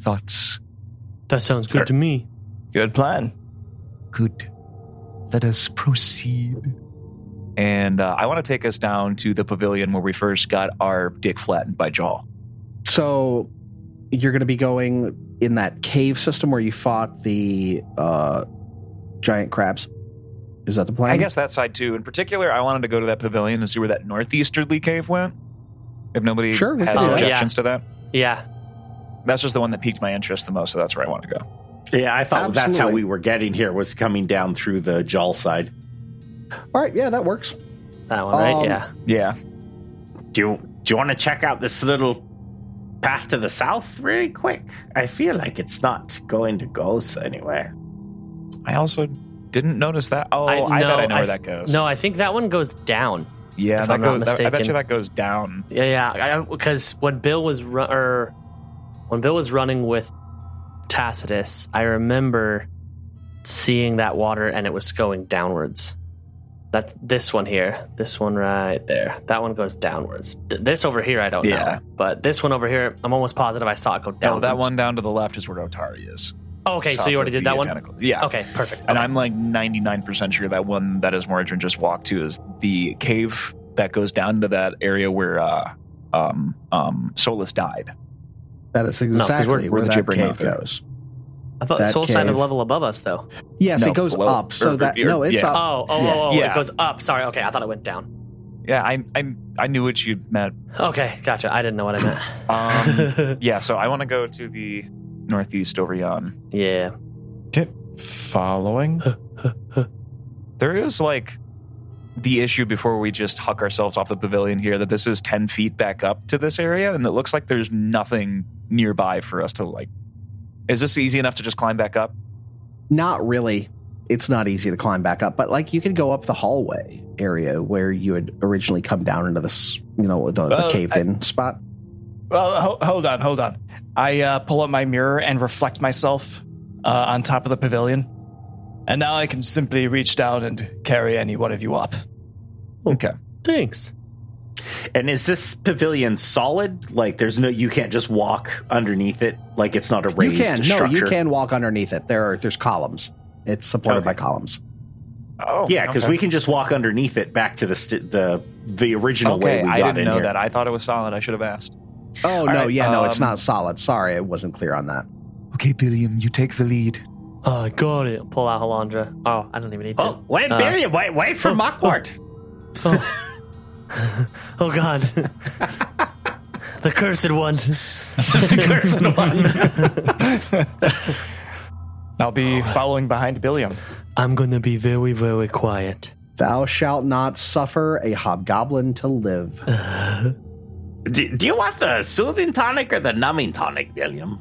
S3: Thoughts?
S4: that sounds good to me.
S6: Good plan.
S3: Good. Let us proceed.
S8: And uh, I want to take us down to the pavilion where we first got our dick flattened by Jaw.
S2: So you're going to be going in that cave system where you fought the uh, giant crabs. Is that the plan?
S8: I guess that side too. In particular, I wanted to go to that pavilion and see where that northeasterly cave went. If nobody
S2: Sure, we can
S8: has
S2: do that.
S8: objections to that,
S4: Yeah,
S8: that's just the one that piqued my interest the most. So that's where I want to go.
S5: Yeah, I thought that's how
S2: Absolutely.
S5: we were getting here, was coming down through the jaw side.
S2: All right. Yeah, that works.
S4: that one, right?
S2: Um,
S4: yeah.
S8: Yeah,
S5: Do you, do you want to check out this little path to the south really quick? I feel like it's not going to go s- anywhere.
S8: I also didn't notice that. Oh, I, bet I know where that goes.
S4: No, I think that one goes down.
S8: yeah,
S4: if
S8: that
S4: I'm not
S8: goes, that- I bet
S4: mistaken.
S8: you that goes down.
S4: Yeah, yeah. Because when Bill was ru- er, or when Bill was running with Tacitus, I remember seeing that water and it was going downwards. That's this one here. This one right there. That one goes downwards. Th- this over here, I don't
S3: Yeah.
S4: know. But this one over here, I'm almost positive I saw it go
S3: No,
S4: downwards.
S3: that one down to the left is where Otari is.
S4: Okay, so
S3: South
S4: you already
S3: of
S4: did
S3: the
S4: that one?
S3: tentacles. Yeah.
S4: Okay, perfect.
S3: And I'm like 99% sure that one that is Ismoridron just walked to is the cave that goes down to that area where uh, um, um, Solus died.
S2: That is
S4: 'cause
S2: exactly
S3: we're-
S2: where,
S3: we're the
S2: that
S3: Jibber
S2: cave
S3: Mountain.
S2: goes.
S4: I thought
S2: that
S4: Soul Sign of
S2: cave.
S4: level above us, though.
S2: Yes,
S3: No,
S2: it goes
S3: below-
S2: up. So
S3: or-
S2: that
S3: or-
S2: no, it's
S3: yeah.
S2: up.
S4: Oh, oh, oh, oh,
S3: Yeah.
S4: it goes up. Sorry. Okay, I thought it went down.
S3: Yeah, I I, I knew what you meant.
S4: Okay, gotcha. I didn't know what I
S3: Um,
S4: meant.
S3: yeah, so I want to go to the northeast over yon.
S4: yeah.
S6: Following?
S3: There is like the issue before we just huck ourselves off the pavilion here that this is 10 feet back up to this area and it looks like there's nothing nearby for us to like. Is this easy enough to just climb back up?
S2: Not really. It's not easy to climb back up, but like you could go up the hallway area where you had originally come down into this, you know, the, the
S6: Well,
S2: caved in spot.
S6: Well, ho- hold on, hold on. I uh, pull up my mirror and reflect myself uh, on top of the pavilion. And now I can simply reach down and carry any one of you up.
S3: Okay.
S4: Thanks.
S5: And is this pavilion solid? Like, there's no, you can't just walk underneath it. Like, it's not a
S2: You
S5: raised
S2: can no,
S5: structure.
S2: you can walk underneath it. There are there's columns. It's supported
S5: Okay.
S2: by columns.
S3: Oh,
S5: Yeah, because
S3: okay.
S5: we can just walk underneath it back to the st- the the original
S3: Okay,
S5: way we
S3: I
S5: got
S3: didn't
S5: in
S3: know
S5: here.
S3: that. I thought it was solid. I should have asked.
S2: Oh no,
S3: right,
S2: yeah, no, it's
S3: um,
S2: not solid. Sorry, I wasn't clear on that.
S7: Okay, Billiam, you take the lead.
S4: Oh, I got it. Pull out Halandra. Oh, I don't even need to.
S5: Oh, wait,
S4: Uh,
S5: Barry, wait, wait for
S4: oh,
S5: Mockwart.
S4: Oh, oh God. the cursed one.
S6: I'll be following behind Billiam.
S4: I'm going to be very, very quiet.
S2: Thou shalt not suffer a hobgoblin to live.
S5: Do, do you want the soothing tonic or the numbing tonic, William?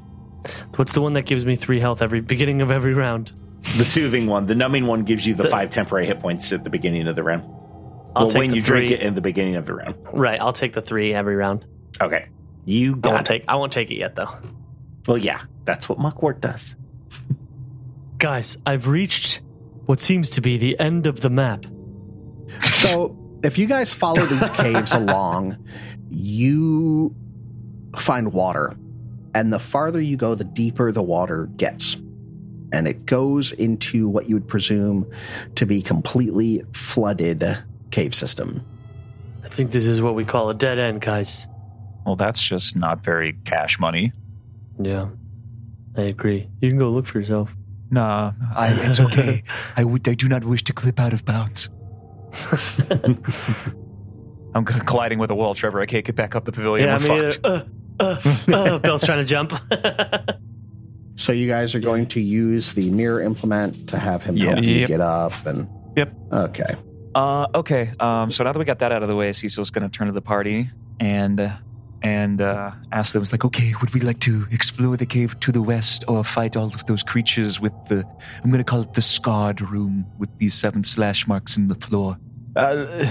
S4: What's the one that gives me three health every beginning of every round?
S5: The soothing one. The numbing one gives you the five temporary hit points at the beginning of the round.
S4: I'll
S5: well,
S4: take
S5: when
S4: the
S5: you
S4: three.
S5: drink it in the beginning of the round.
S4: Right, I'll take the three every round.
S5: Okay.
S4: I
S5: You
S4: won't
S5: got it.
S4: take. I won't take it yet, though.
S5: Well, yeah, that's what Muckwort does.
S4: Guys, I've reached what seems to be the end of the map.
S2: So, if you guys follow these caves along, you find water. And the farther you go, the deeper the water gets. And it goes into what you would presume to be completely flooded cave system.
S4: I think this is what we call a dead end, guys.
S3: Well, that's just not very cash money.
S4: Yeah, I agree. You can go look for yourself.
S3: Nah.
S7: I, it's okay. I would. I do not wish to clip out of bounds.
S3: I'm gonna colliding with a wall, Trevor. I can't get back up the pavilion.
S4: yeah,
S3: We're
S4: me
S3: fucked.
S4: either. Uh, uh, uh, Bill's trying to jump.
S2: So you guys are going to use the mirror implement to have him help
S6: Yeah.
S2: you
S6: Yep.
S2: get up and
S6: Yep.
S2: Okay.
S3: Uh, okay. Um, so now that we got that out of the way, Cecil's gonna turn to the party and uh, and uh, ask them.
S7: It's like, okay, would we like to explore the cave to the west or fight all of those creatures with the? I'm going to call it the scarred room with these seven slash marks in the floor.
S6: Uh,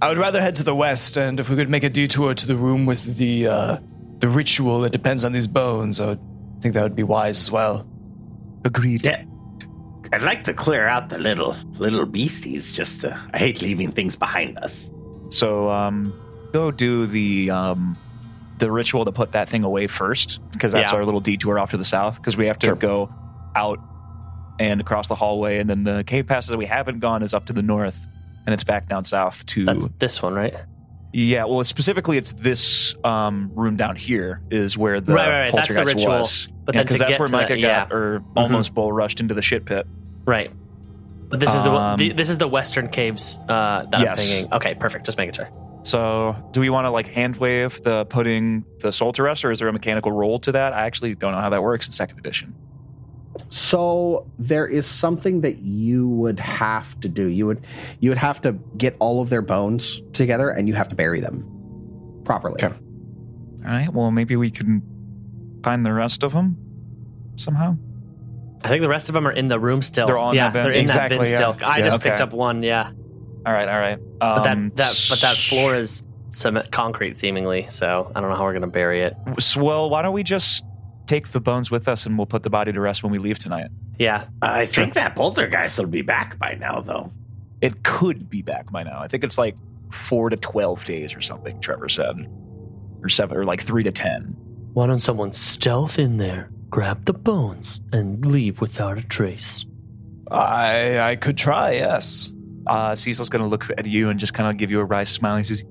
S6: I would rather head to the west, and if we could make a detour to the room with the uh, the ritual that depends on these bones, I would think that would be wise as well.
S7: Agreed.
S5: Yeah. I'd like to clear out the little little beasties. Just to, I hate leaving things behind us.
S3: So um, go do the um, the ritual to put that thing away first, because that's
S4: Yeah.
S3: our little detour off to the south. Because we have to
S6: Sure.
S3: go out and across the hallway, and then the cave passes that we haven't gone is up to the north, and it's back down south to
S4: That's this one, right?
S3: yeah. Well, specifically, it's this um, room down here is where the
S4: Right, right, right. That's the
S3: poltergeist
S4: ritual.
S3: was.
S4: But
S3: Yeah,
S4: then to
S3: that's
S4: get
S3: where
S4: to Mm-hmm.
S3: Micah
S4: that-
S3: got or almost bull rushed into the shit pit.
S4: Right. But this is the,
S3: Um,
S4: the this is the Western Caves uh, that
S3: Yes.
S4: I'm thinking. Okay, perfect. Just making sure.
S3: So, do we want to like hand wave the putting the soul to rest, or is there a mechanical roll to that? I actually don't know how that works in second edition.
S2: So there is something that you would have to do. You would you would have to get all of their bones together and you have to bury them properly.
S6: Okay.
S3: All right. Well, maybe we can find the rest of them somehow.
S4: I think the rest of them are in the room still.
S3: They're all in
S4: yeah,
S3: that bin?
S4: they're in that
S6: Exactly,
S4: bin
S6: yeah.
S4: still. I
S3: Yeah,
S4: just
S3: okay.
S4: picked up one. Yeah,
S3: All right. All right.
S4: but
S3: Um,
S4: that that but that floor is cement concrete seemingly. So I don't know how we're gonna bury it.
S3: s- Well, why don't we just take the bones with us and we'll put the body to rest when we leave tonight.
S4: Yeah.
S5: I think that poltergeist will be back by now, though.
S3: It could be back by now. I think it's like four to 12 days or something, Trevor said. Or seven, or like three to 10.
S4: Why don't someone stealth in there, grab the bones, and leave without a trace?
S6: I I could try. Yes.
S3: Uh, Cecil's going to look at you and just kind of give you a wry smile. He says,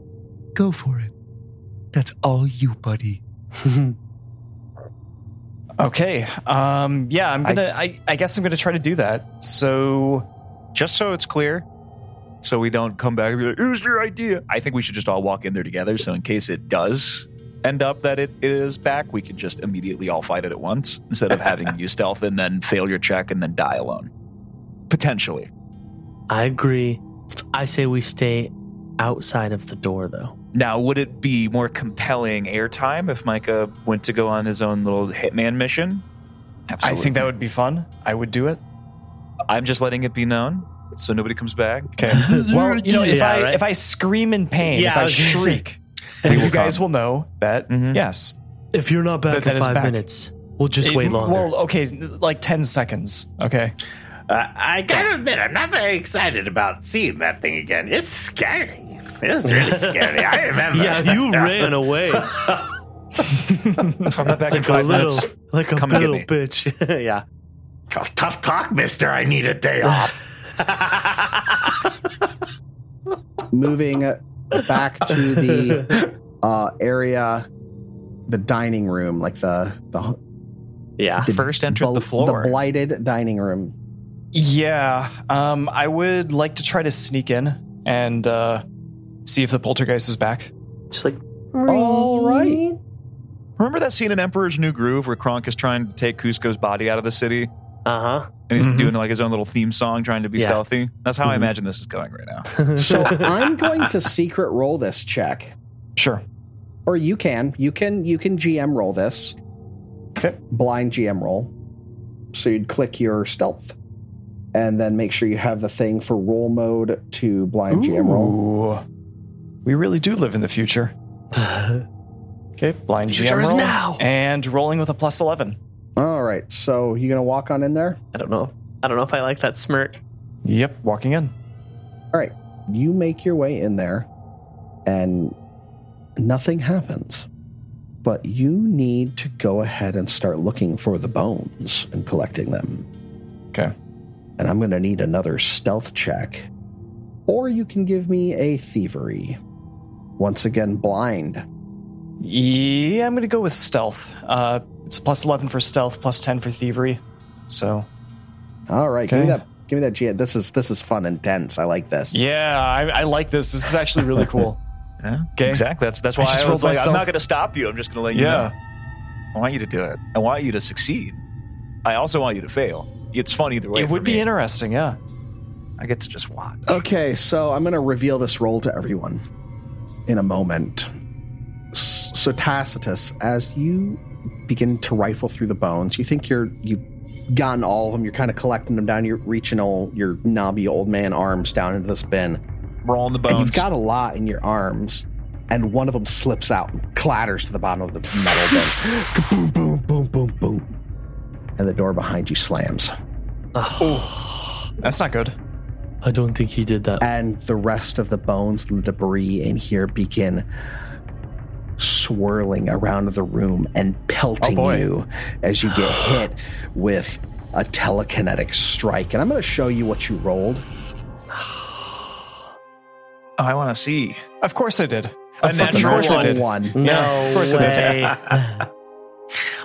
S7: Go for it. That's all you, buddy.
S6: Okay. Um. Yeah. I'm gonna. I, I, guess I'm gonna try to do that. So.
S3: just so it's clear, so we don't come back and be like, it was your idea. I think we should just all walk in there together. So in case it does end up that it is back, we can just immediately all fight it at once instead of having you stealth and then fail your check and then die alone. Potentially.
S4: I agree. I say we stay outside of the door, though.
S3: Now, would it be more compelling airtime if Micah went to go on his own little hitman mission? Absolutely.
S6: I think that would be fun. I would do it.
S3: I'm just letting it be known so nobody comes back.
S6: Okay. well, you know, if
S4: Yeah,
S6: I
S4: right.
S6: if I scream in pain,
S4: Yeah,
S6: if
S4: I
S6: I,
S4: was gonna say.
S6: shriek, then
S3: will
S6: you guys
S3: come.
S6: will know that.
S3: Mhm.
S6: Yes.
S4: If you're not
S6: That- that is back.
S4: minutes, we'll just
S6: It- Well, okay, like ten seconds. Okay.
S5: Uh, I gotta admit, I'm not very excited about seeing that thing again. It's scary. It was really scary. I remember.
S4: yeah, you ran away
S3: I'm not back in
S4: like a
S3: five
S4: little,
S3: minutes.
S4: like a
S3: Come and get
S4: little
S3: me.
S4: bitch. yeah.
S5: Tough talk, mister. I need a day off.
S2: Moving back to the uh, area, the dining room, like the the,
S4: Yeah.
S2: the
S3: First entered
S2: bl-
S3: the floor.
S2: the blighted dining room.
S6: Yeah. Um. I would like to try to sneak in and uh, see if the poltergeist is back.
S4: Just like,
S2: All right.
S3: Remember that scene in Emperor's New Groove where Kronk is trying to take Cusco's body out of the city
S4: uh
S3: and he's
S6: Mhm.
S3: doing like his own little theme song trying to be
S4: Yeah.
S3: stealthy? That's how I
S6: Mm-hmm.
S2: Mhm.
S3: imagine this is going right now.
S4: huh.
S2: So I'm going to secret roll this check,
S6: Sure.
S2: or you can, you can, you can GM roll this.
S6: Okay.
S2: Blind GM roll. So you'd click your stealth, and then make sure you have the thing for roll mode to blind GM roll.
S6: Ooh. We really do live in the future. Okay, blind
S4: Future
S6: GM
S4: is
S6: roll.
S4: now.
S6: And rolling with a plus 11.
S2: All right. So you gonna walk on in there?
S4: I don't know. I don't know if I like that smirk.
S6: Yep, walking in.
S2: You make your way in there, and nothing happens. But you need to go ahead and start looking for the bones and collecting them.
S6: Okay.
S2: and I'm going to need another stealth check. Or you can give me a thievery. Once again, blind.
S6: Yeah, I'm going to go with stealth. Uh, it's a plus 11 for stealth, plus 10 for thievery. So,
S2: All right, give me
S6: Okay.
S2: that. Give me that. G- this is this is fun and dense. I like this.
S6: yeah, I, I like this. This is actually really cool.
S3: Yeah,
S6: Okay.
S3: Exactly. That's that's
S6: I
S3: why
S6: just
S3: I,
S6: rolled
S3: was like,
S6: myself.
S3: I'm not going to stop you. I'm just going to let you
S6: Yeah.
S3: know. I want you to do it. I want you to succeed. I also want you to fail. It's fun either way.
S6: it
S3: for
S6: would be
S3: me.
S6: interesting, yeah.
S3: I get to just watch.
S2: Okay, so I'm going to reveal this role to everyone in a moment. S- So Tacitus, as you begin to rifle through the bones, you think you're you've gotten all of them. You're kind of collecting them down. You're reaching all your knobby old man arms down into this bin.
S3: Rolling the bones.
S2: and you've got a lot in your arms, and one of them slips out and clatters to the bottom of the metal bin. Boom, boom, boom, boom, boom. And the door behind you slams.
S6: That's not good.
S4: I don't think he did that.
S2: And the rest of the bones and debris in here begin swirling around the room and pelting
S3: Oh, boy.
S2: you as you get hit with a telekinetic strike. And I'm going to show you what you rolled.
S3: Oh, I want to see.
S6: Of course I did.
S3: A
S6: Of
S3: natural
S6: course I did.
S2: one.
S6: Yeah, of course I did.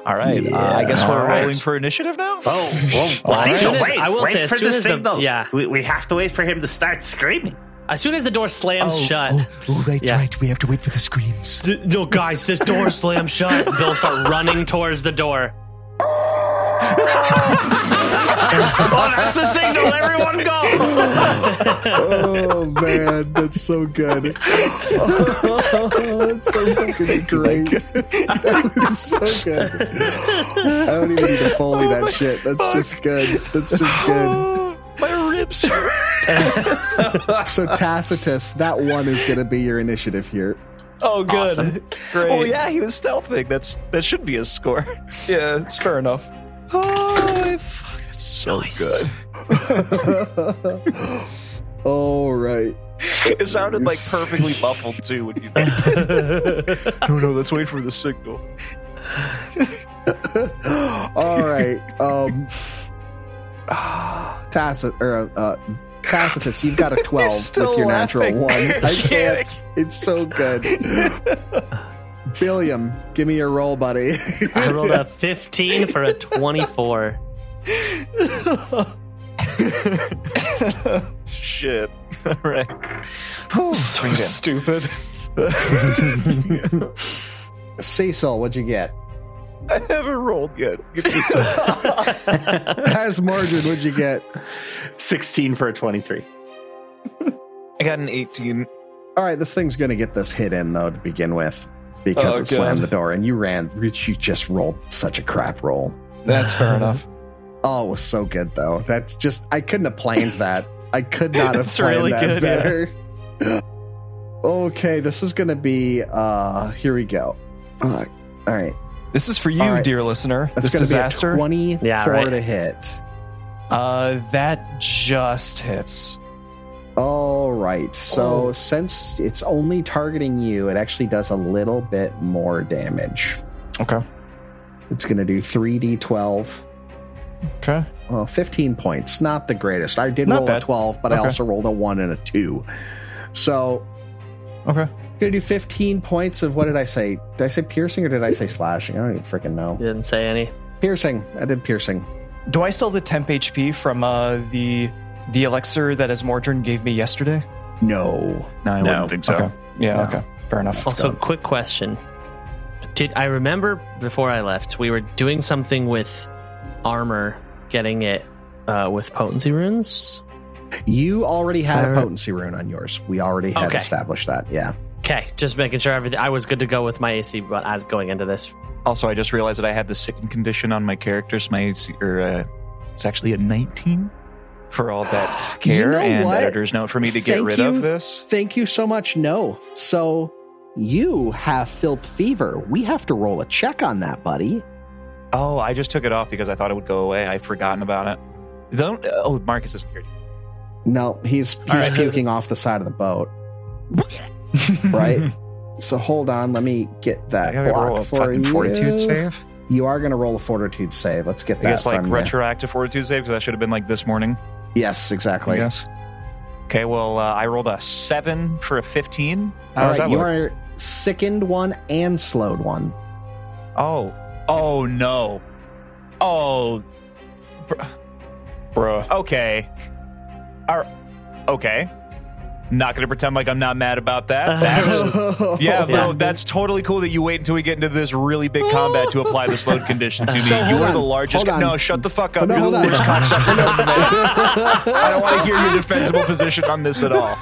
S3: All right. Uh, I guess
S6: Yeah.
S3: we're
S6: All right.
S3: rolling for initiative now.
S5: Oh, well,
S6: All
S5: Cecil,
S6: right.
S5: wait,
S4: I will
S5: wait
S4: say, as
S5: for
S4: soon
S5: the
S4: as the-
S5: signal.
S4: yeah.
S5: we, we have to wait for him to start screaming.
S4: As soon as the door slams shut,
S7: Oh, oh, right,
S4: Yeah.
S7: right. We have to wait for the screams.
S4: D- no, guys, this door slams shut. They'll start running towards the door.
S5: Oh, that's the signal. Everyone go.
S2: oh man, that's so good. that's Oh, so fucking great. that was so good. I don't even need to foley that shit. That's just good. That's just good.
S3: My ribs.
S2: So Tacitus, that one is gonna be your initiative here.
S6: Oh, good.
S3: Awesome.
S6: Great.
S3: Oh yeah, he was stealthing. That's that should be a score.
S6: Yeah, it's fair enough.
S3: Oh fuck, that's so good.
S2: All right.
S3: It sounded like perfectly muffled too when you did. no, no, let's wait for the signal.
S2: All right. Um, Tacit or uh, Tacitus, you've got a twelve with your natural one. I can't. It's so good. Billiam, give me your roll, buddy.
S4: I rolled a 15 for a 24.
S3: Shit. All right.
S6: so stupid.
S2: Cecil, what'd you get?
S3: I haven't rolled yet.
S2: As Margin, what'd you get?
S5: 16 for a 23.
S3: I got an 18.
S2: All right, this thing's gonna get this hit in though to begin with because
S6: Oh,
S2: it slammed
S6: good.
S2: the door and you ran. You just rolled such a crap roll.
S6: That's fair enough.
S2: Oh, it was so good though. That's just I couldn't have planned that. I could not have
S6: That's
S2: planned
S6: really
S2: that
S6: good, yeah.
S2: better. okay, this is gonna be uh here we go. Uh, all right.
S6: This is for you,
S2: All right.
S6: dear listener.
S2: That's
S6: this
S2: gonna be
S6: disaster.
S2: a twenty four
S4: Yeah, right.
S2: to hit.
S6: uh, that just hits.
S2: All right.
S6: Oh.
S2: So since it's only targeting you, it actually does a little bit more damage.
S6: Okay.
S2: It's gonna do three D twelve.
S6: Okay.
S2: Well, 15 points. Not the greatest. I did
S6: Not
S2: roll a
S6: bad.
S2: 12, but I
S6: Okay.
S2: also rolled a 1 and a 2. So,
S6: Okay.
S2: gonna do 15 points of what did I say? Did I say piercing or did I say slashing? I don't even freaking know.
S4: You didn't say any.
S2: Piercing. I did piercing.
S6: Do I still have the temp HP from uh, the the elixir that Asmordran gave me yesterday?
S2: No.
S3: No, I
S5: No.
S3: wouldn't think so.
S6: Okay. Yeah.
S2: No.
S6: Okay. Fair enough.
S4: Also, quick question. Did I remember before I left, we were doing something with armor, getting it uh, with potency runes?
S2: You already had a
S4: Fire-
S2: potency rune on yours. We already had
S4: Okay.
S2: established that. Yeah.
S4: Okay, just making sure everything. I was good to go with my AC, but I was going into this.
S3: Also, I just realized that I had the sickened condition on my characters. My AC or uh, it's actually a 19 for all that
S2: You
S3: care
S2: know
S3: and
S2: what?
S3: editor's note for me to get
S2: Thank
S3: rid
S2: you.
S3: of this.
S2: Thank you so much. No. So, you have filth fever. We have to roll a check on that, buddy.
S3: Oh, I just took it off because I thought it would go away. I'd forgotten about it. Don't. Oh, Marcus isn't here.
S2: No, he's he's
S3: right.
S2: puking off the side of the boat. right? So hold on, let me get
S3: I
S2: that
S3: gotta
S2: block
S3: roll a
S2: for
S3: fucking
S2: you.
S3: fortitude save.
S2: You are gonna roll a fortitude save. Let's get
S3: I
S2: that
S3: guess like
S2: from you.
S3: retroactive fortitude save because that should have been like this morning.
S2: Yes, exactly.
S3: I guess. Okay, well, uh, I rolled a seven for a fifteen. How
S2: All
S3: does
S2: right,
S3: that
S2: you
S3: look?
S2: are sickened one and slowed one.
S3: Oh, oh no, oh,
S6: Bruh.
S3: okay, are okay. Not gonna pretend like I'm not mad about that. That's, yeah, no, that's totally cool that you wait until we get into this really big combat to apply the slowed condition to me.
S2: So,
S3: you
S2: hold
S3: are the
S2: on,
S3: largest.
S2: hold on.
S3: No, shut the fuck up.
S2: No,
S3: You're
S2: hold
S3: the
S2: on.
S3: worst cocksucker known to man. I don't want to hear your defensible position on this at all.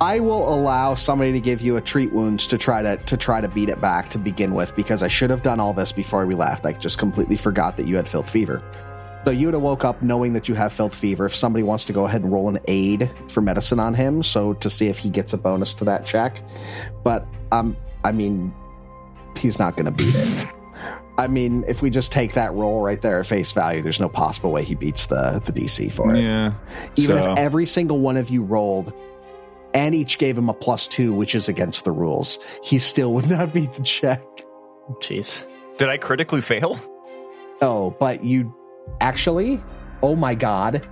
S2: I will allow somebody to give you a treat wounds to try to to try to beat it back to begin with because I should have done all this before we left. I just completely forgot that you had filth fever. So you would have woke up knowing that you have filth fever. If somebody wants to go ahead and roll an aid for medicine on him, so to see if he gets a bonus to that check, but um, I mean, he's not going to beat it. I mean, if we just take that roll right there at face value, there's no possible way he beats the the DC for it
S3: Yeah.
S2: even
S3: So-
S2: if every single one of you rolled and each gave him a plus two, which is against the rules, he still would not beat the check.
S4: Jeez.
S3: Did I critically fail?
S2: Oh, but you actually, oh my god,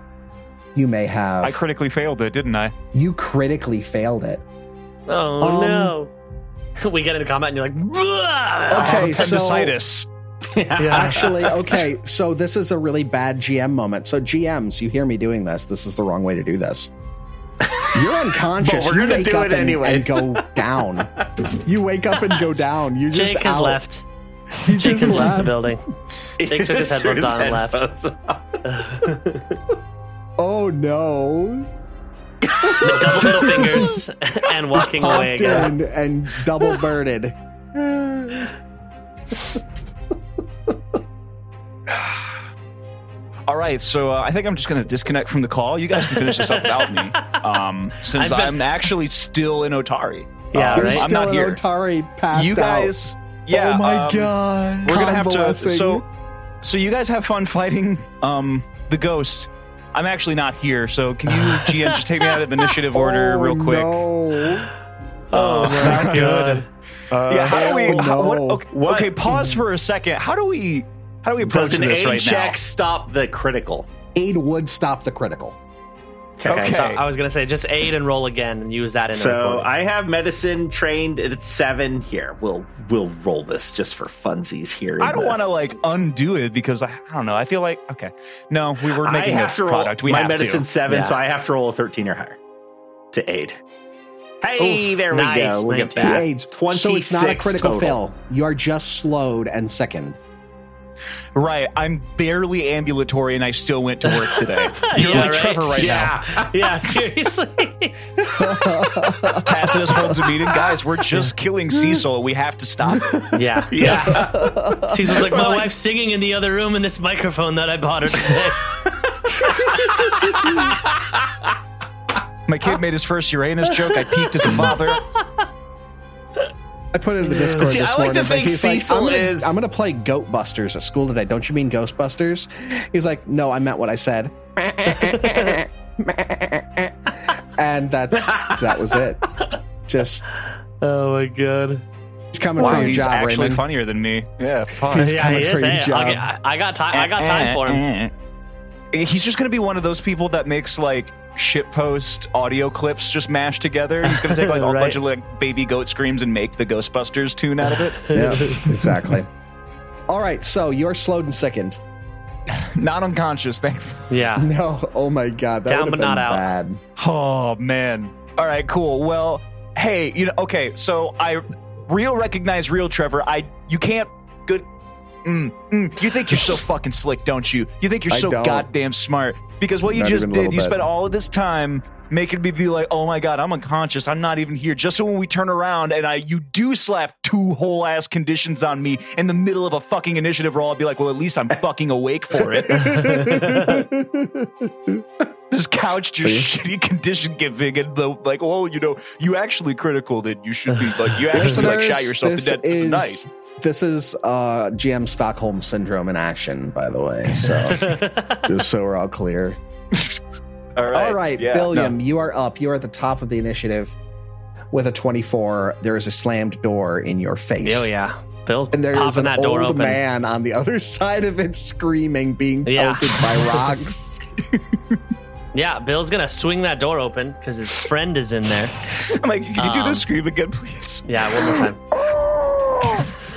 S2: you may have
S3: I critically failed it, didn't I?
S2: you critically failed it.
S4: Oh
S2: Um,
S4: no. We get into combat and you're like, "Bruh!"
S2: Okay, so
S3: Uh, Appendicitis.
S2: actually, okay, so this is a really bad GM moment. So GMs, you hear me doing this. This is the wrong way to do this. You're unconscious.
S5: But we're
S2: you
S5: gonna
S2: wake
S5: do
S2: up
S5: it
S2: and-
S5: anyways.
S2: and go down. You wake up and go down. You just
S4: Jake has
S2: out.
S4: left.
S2: You
S4: Jake
S2: just
S4: has left
S2: left.
S4: the building. Jake took his
S5: He threw
S4: headphones on and left.
S5: headphones off.
S2: Oh no.
S4: Double middle fingers and walking away
S2: popped
S4: again.
S2: in and double birded.
S3: All right, so uh, I think I'm just going to disconnect from the call. You guys can finish this up without me, um, since
S4: I bet-
S3: I'm actually still in Otari.
S4: Yeah,
S3: Um,
S4: right?
S3: I'm not
S2: an
S3: here.
S2: Otari passed
S3: you guys, yeah.
S7: oh my
S3: um,
S7: god.
S3: We're gonna have to.
S2: Convalescing.
S3: So, so you guys have fun fighting um the ghost. I'm actually not here, so can you GM just take me out of initiative order real quick? Um,
S4: Oh,
S3: It's
S4: my
S3: not
S4: God.
S3: Yeah, how do we?
S2: Oh,
S3: how- what,
S2: no.
S3: okay, okay, pause for a second. How do we? How do we approach
S5: Does an
S3: this
S5: aid
S3: right
S5: check stop the critical?
S2: Aid would stop the critical.
S3: now? Okay,
S4: So I was gonna say just aid and roll again and use that in. the
S5: So
S4: recording.
S5: I have medicine trained at seven. Here, we'll we'll roll this just for funsies. Here,
S3: I don't want to like undo it because I, I don't know. I feel like okay, no, we were making a
S5: I have to roll
S3: product. We
S5: my
S3: have
S5: medicine
S3: to.
S5: seven,
S4: Yeah.
S5: so I have to roll a thirteen or higher to aid. Hey,
S4: Oof,
S5: there we
S4: nice,
S5: go. Look at
S4: 19.
S5: that.
S2: Aids. So it's not a
S5: 26
S2: critical
S5: total.
S2: fail. You are just slowed and sickened.
S3: Right, I'm barely ambulatory and I still went to work today.
S6: You're
S4: Yeah,
S6: like
S4: right?
S6: Trevor right now.
S5: Yeah,
S4: yeah, seriously.
S3: Tacitus holds a meeting. Guys, we're just killing Cecil. We have to stop.
S4: Yeah.
S5: yeah.
S4: Cecil's like, my wife's singing in the other room in this microphone that I bought her today.
S3: My kid made his first Uranus joke. I peaked as a father.
S2: I put it in the Discord
S5: See, I
S2: this
S5: like
S2: morning.
S5: to think
S2: he's like,
S5: Cecil
S2: I'm gonna,
S5: is-
S2: I'm gonna play Goat Busters at school today. Don't you mean Ghostbusters? He's like, no, I meant what I said. and that's that was it. Just
S4: Oh my god.
S2: he's coming for your
S3: he's
S2: job,
S3: actually
S2: Raymond.
S3: funnier than me. Yeah, fun.
S2: He's
S4: Yeah,
S2: coming
S4: he
S2: for
S4: is.
S2: your
S4: Hey,
S2: job.
S4: I'll get- I, I got
S3: Eh,
S4: time. I
S2: eh,
S4: got time for him.
S3: He's just gonna be one of those people that makes like shitpost audio clips just mashed together. He's gonna take like a
S4: Right.
S3: bunch of like baby goat screams and make the Ghostbusters tune out of it.
S2: yeah, exactly. All right, so you're slowed and sickened.
S3: Not unconscious, thankfully.
S4: Yeah.
S2: No, oh my god, that
S4: Down
S2: would've
S4: but not
S2: been
S4: out.
S2: Bad.
S3: Oh man. All right, cool. Well, hey, you know, okay, so I real recognize real Trevor. I you can't good mm, mm, you think you're so fucking slick, don't you? You think you're
S2: I
S3: so
S2: don't.
S3: goddamn smart because what you
S2: Not
S3: just
S2: even a little
S3: did, you
S2: bit.
S3: spent all of this time making me be like, "Oh my god, I'm unconscious. I'm not even here." Just so when we turn around and I you do slap two whole ass conditions on me in the middle of a fucking initiative roll, I'll be like, "Well, at least I'm fucking awake for it." just couched your shitty condition giving and the like oh you know you actually critical that you should be like you actually like shot
S2: Listeners,
S3: yourself to
S2: this
S3: death
S2: is-
S3: tonight
S2: This is uh, GM Stockholm syndrome in action, by the way. So just so we're all clear.
S3: all right,
S2: All right,
S3: yeah,
S2: William, you are up. You are at the top of the initiative with a 24. There is a slammed door in your face.
S4: Oh yeah. Bill's
S2: And there is
S4: popping
S2: an
S4: that
S2: old
S4: door open.
S2: man on the other side of it screaming, being
S4: Yeah.
S2: pelted by rocks.
S4: Yeah, Bill's gonna swing that door open because his friend is in there.
S3: no. i'm like can you do
S4: Um,
S3: this scream again please
S4: Yeah, one more time.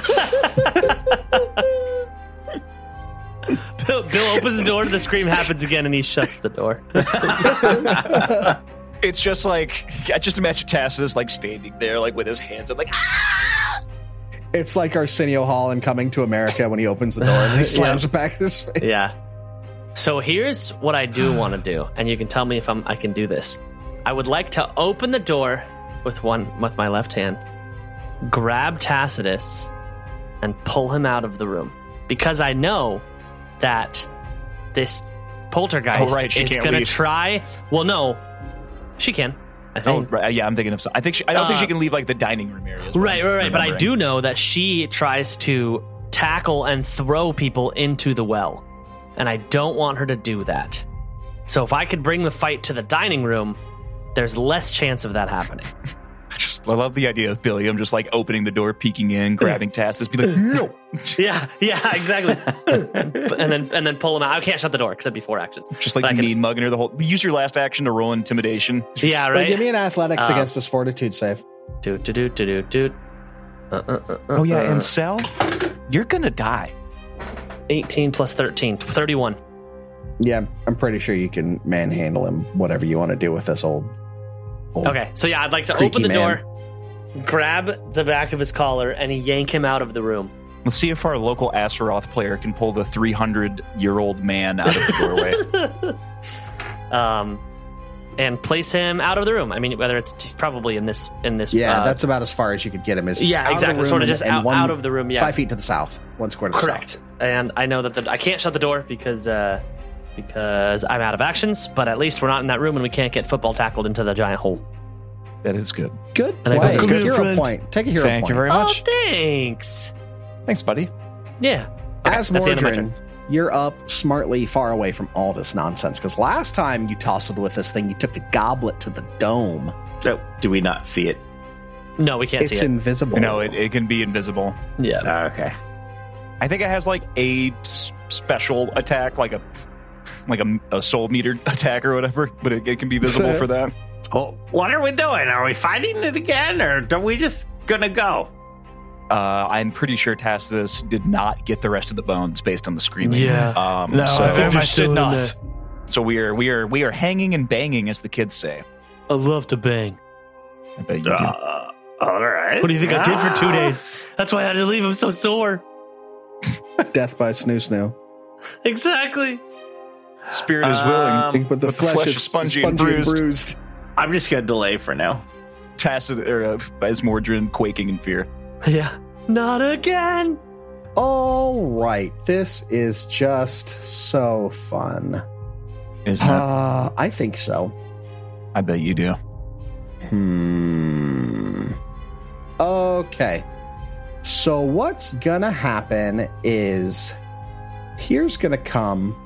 S4: Bill, Bill opens the door, the scream happens again, and he shuts the door.
S3: it's just like i just imagine tacitus like standing there like with his hands up like "Ah!"
S2: It's like Arsenio Hall in Coming to America when he opens the door and he slams it back in his face.
S4: Yeah. So here's what I do want to do, and you can tell me if I'm I can do this. I would like to open the door with one with my left hand, grab Tacitus, and pull him out of the room because I know that this poltergeist
S3: Oh, right, she
S4: is
S3: can't
S4: gonna
S3: leave.
S4: try. Well, no, she can. I
S3: oh
S4: think.
S3: right, yeah i'm thinking of some i think she, i don't think
S4: Uh,
S3: she can leave like the dining room area is what
S4: Right,
S3: I'm
S4: right, right. But I
S3: remembering.
S4: do know that she tries to tackle and throw people into the well. And I don't want her to do that. So if I could bring the fight to the dining room, there's less chance of that happening.
S3: I just i love the idea of billy i'm just like opening the door peeking in grabbing tacitus be like no
S4: yeah, yeah, exactly. and then and then pull him out. I can't shut the door because that'd be four actions.
S3: just
S4: But I
S3: like
S4: can-
S3: mean mugging her the whole use your last action to roll intimidation
S4: Yeah,
S2: Well, give
S4: right.
S2: me an athletics
S4: Uh,
S2: against this fortitude save.
S4: Do do do do do do. Uh, uh, uh,
S2: Uh-huh.
S4: uh,
S3: oh yeah
S4: uh.
S3: and sal you're gonna die
S4: 18 plus 13, 31.
S2: Yeah, I'm- I'm pretty sure you can manhandle him, whatever you want to do with this old. old
S4: Okay, so yeah, I'd like to
S2: Creaky
S4: open the
S2: man.
S4: door, grab the back of his collar, and yank him out of the room.
S3: Let's see if our local Azeroth player can pull the 300 year old man out of the doorway.
S4: um, and place him out of the room. I mean, whether it's t- probably in this in this.
S2: Yeah,
S4: uh,
S2: that's about as far as you could get him. Is out
S4: yeah,
S2: of the
S4: exactly.
S2: room
S4: Sort of
S2: and-
S4: just
S2: and
S4: out,
S2: one-
S4: out of the room. Yeah,
S2: five feet to the south, one square to the
S4: correct. And I know that the, I can't shut the door because uh, because I'm out of actions. But at least we're not in that room, and we can't get football tackled into the giant hole.
S3: That is good.
S2: Good
S4: And I
S2: play.
S4: got
S2: Take
S4: good
S2: a hero
S4: friends.
S2: point. Take a hero
S6: Thank
S2: point.
S6: you very
S4: Oh,
S6: much.
S4: thanks.
S6: Thanks, buddy.
S4: Yeah.
S2: As
S4: that's the end of my
S2: Mordrin, you're up smartly far away from all this nonsense because last time you tussled with this thing, you took the goblet to the dome.
S5: So, do we not see it?
S4: No, we can't
S2: it's
S4: see it.
S2: invisible.
S3: No, it, it can be invisible.
S4: yeah.
S5: Oh, okay.
S3: I think it has like a s- special attack, like a like a, a soul meter attack or whatever, but it, it can be visible for that.
S5: Well, Oh, what are we doing? Are we fighting it again, or are we just gonna go?
S3: Uh, I'm pretty sure Tacitus did not get the rest of the bones based on the screaming.
S4: Yeah.
S3: Um,
S6: No,
S3: so,
S6: I think I
S4: still
S6: did
S4: in
S6: not.
S4: there.
S3: so we are we are we are hanging and banging, as the kids say.
S4: I love to bang.
S3: I bet you do.
S5: Uh, all right.
S4: What do you think I did for two
S5: Ah.
S4: days? That's why I had to leave. I'm so sore.
S2: Death by snoo snoo.
S4: Exactly.
S3: Spirit is willing.
S5: Um,
S2: But the,
S3: But the
S2: flesh,
S3: flesh
S2: is
S3: is
S2: spongy,
S3: spongy and
S2: and
S3: bruised.
S2: bruised.
S5: I'm just gonna delay for now.
S3: Tacitus or uh, Esmordrin quaking in fear.
S4: Yeah. Not again.
S2: All right. This is just so fun.
S3: Is that?
S2: Uh, I think so.
S3: I bet you do.
S2: Hmm. Okay. So what's gonna happen is here's gonna come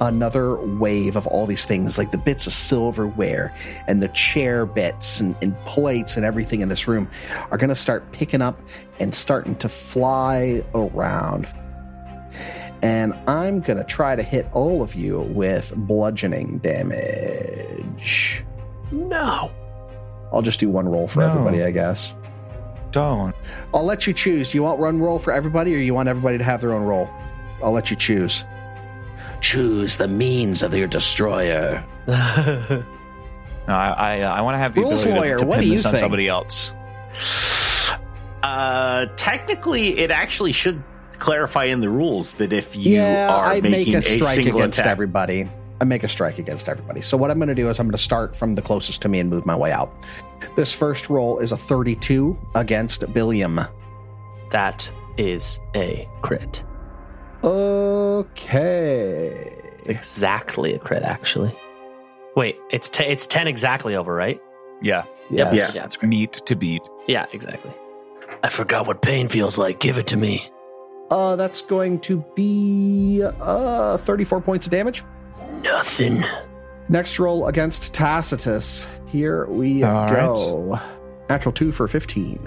S2: another wave of all these things, like the bits of silverware and the chair bits and, and plates and everything in this room are gonna start picking up and starting to fly around. And I'm gonna try to hit all of you with bludgeoning damage.
S4: No.
S2: I'll just do one roll for
S3: No.
S2: everybody, I guess.
S3: Don't.
S2: I'll let you choose. Do you want one roll for everybody or you want everybody to have their own roll? I'll let you choose. Choose the means of your destroyer.
S3: No, I I, I want to have the
S2: Rules
S3: ability to-
S2: lawyer,
S3: to,
S2: what
S3: pin
S2: do you
S3: this on
S2: think?
S3: somebody else.
S5: Uh, technically, it actually should clarify in the rules that if you
S2: yeah,
S5: are
S2: I
S5: making
S2: make a strike
S5: single
S2: against
S5: attack,
S2: everybody. I make a strike against everybody. So what I'm going to do is I'm going to start from the closest to me and move my way out. This first roll is a 32 against Billiam.
S4: that is a crit.
S2: Okay.
S4: Exactly a crit, actually. Wait, it's te- it's ten exactly over, right?
S3: Yeah,
S2: Yes.
S5: Yeah.
S4: Yeah.
S3: it's meat to beat.
S4: Yeah. Exactly. I forgot what pain feels like. Give it to me.
S2: Uh, that's going to be uh, 34 points of damage.
S4: Nothing.
S2: Next roll against Tacitus. Here we
S6: All
S2: go. Natural two for 15.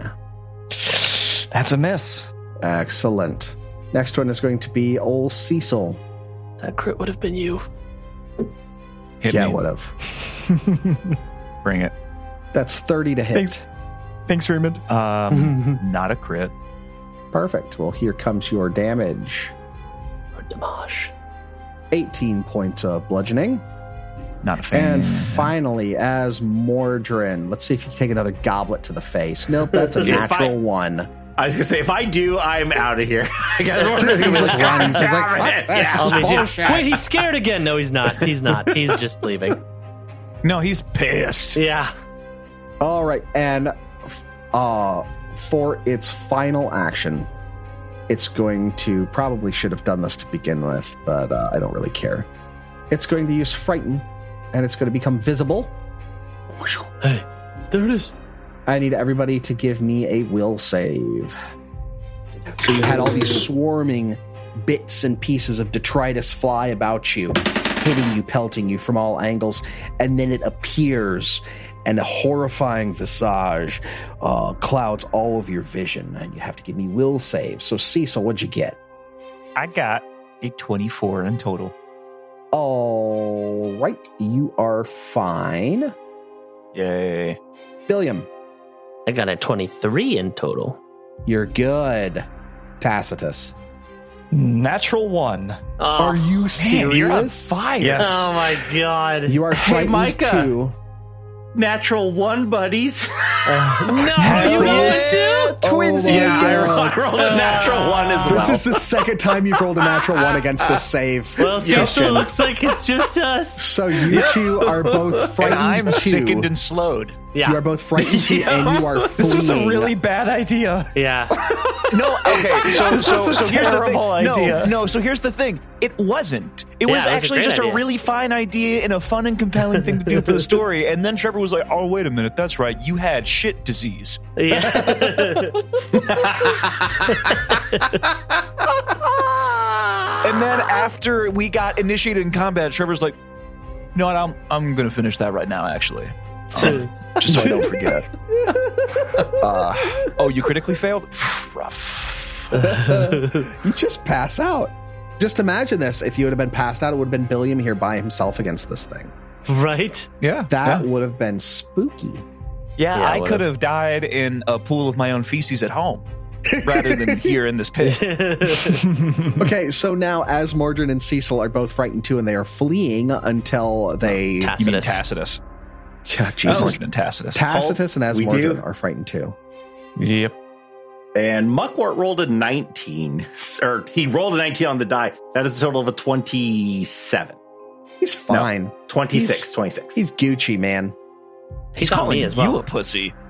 S6: That's a miss.
S2: Excellent. Next one is going to be old Cecil.
S4: That crit would have been you.
S3: Hit
S2: yeah,
S3: me.
S2: would have.
S3: Bring it.
S2: That's 30 to hit.
S6: Thanks. Thanks, Raymond.
S3: Um, not a crit.
S2: Perfect. Well, here comes your damage
S4: Dimash.
S2: 18 points of bludgeoning.
S3: Not a fan.
S2: And finally, as Mordrin, let's see if you can take another goblet to the face. Nope, that's a
S5: Yeah,
S2: natural
S5: fine.
S2: one.
S5: I was gonna say if I do, I'm out of here. I guess we're
S2: He
S5: just gonna be
S2: just
S5: like, "God
S2: runs. He's like,
S5: damn
S2: "Fuck
S5: it."
S2: that,
S5: Yeah.
S2: this is bullshit."
S4: Wait, he's scared again. No, he's not. He's not. He's just leaving.
S3: no, he's pissed.
S4: Yeah.
S2: All right, and uh, for its final action, it's going to probably should have done this to begin with, but uh, I don't really care. It's going to use frighten, and it's going to become visible.
S4: Hey, there it is.
S2: I need everybody to give me a will save. So you had all these swarming bits and pieces of detritus fly about you, hitting you, pelting you from all angles, and then it appears, and a horrifying visage uh, clouds all of your vision, and you have to give me will save. So Cecil, what'd you get?
S3: I got a 24 in total.
S2: All right, you are fine.
S3: Yay.
S2: Billiam,
S4: I got a 23 in total.
S2: you're good. Tacitus,
S6: Natural one.
S4: Oh,
S2: are you serious?
S6: Man, you're on fire.
S5: Yes.
S4: oh my god.
S2: You are
S5: Hey,
S2: frightened
S5: Micah.
S2: too.
S5: Natural one, buddies.
S4: no, you going to? uh,
S2: Twins,
S5: yeah, I rolled, I rolled a natural one as well.
S2: This is the second time you've rolled a natural one against this save.
S4: Well, Cecil
S2: Christian.
S4: looks like it's just us.
S2: So you two are both frightened
S3: And I'm
S2: too.
S3: sickened and slowed.
S2: you
S4: Yeah.
S2: are both frightened too, and you are fleeing.
S6: This was a really bad idea.
S4: Yeah.
S3: No, okay. So,
S6: This
S3: so,
S6: is a
S3: so here's the thing.
S6: terrible idea.
S3: No, no. So here's the thing. It wasn't. It
S4: Yeah,
S3: was
S4: it was a
S3: actually
S4: great
S3: just
S4: idea.
S3: a really fine idea and a fun and compelling thing to do for the story. And then Trevor was like, "Oh, wait a minute. That's right. You had shit disease."
S4: Yeah.
S3: And then after we got initiated in combat, Trevor's like, "No, what? I'm I'm gonna finish that right now. Actually, just so I don't forget." Uh, oh, you critically failed. Rough.
S2: You just pass out. Just imagine this. If you would have been passed out, it would have been Billiam here by himself against this thing.
S4: right?
S3: Yeah,
S2: That
S3: yeah.
S2: would have been spooky.
S3: Yeah,
S4: Yeah,
S3: I
S4: what
S3: could
S4: if-
S3: have died in a pool of my own feces at home rather than here in this pit.
S2: Okay, so now as Mordred and Cecil are both frightened too, and they are fleeing until they.
S4: Tacitus.
S3: You mean Tacitus?
S2: Yeah,
S3: Jesus.
S2: Jesus.
S3: and Tacitus.
S2: Tacitus and
S5: We
S2: Asmordred
S5: do.
S2: are frightened too.
S6: Yep.
S5: And Muckwort rolled a 19, or he rolled a 19 on the die. That is a total of a 27.
S2: He's fine.
S5: 26,
S2: He's-
S5: 26.
S2: He's Gucci, man.
S4: He's on me as well.
S3: You a pussy?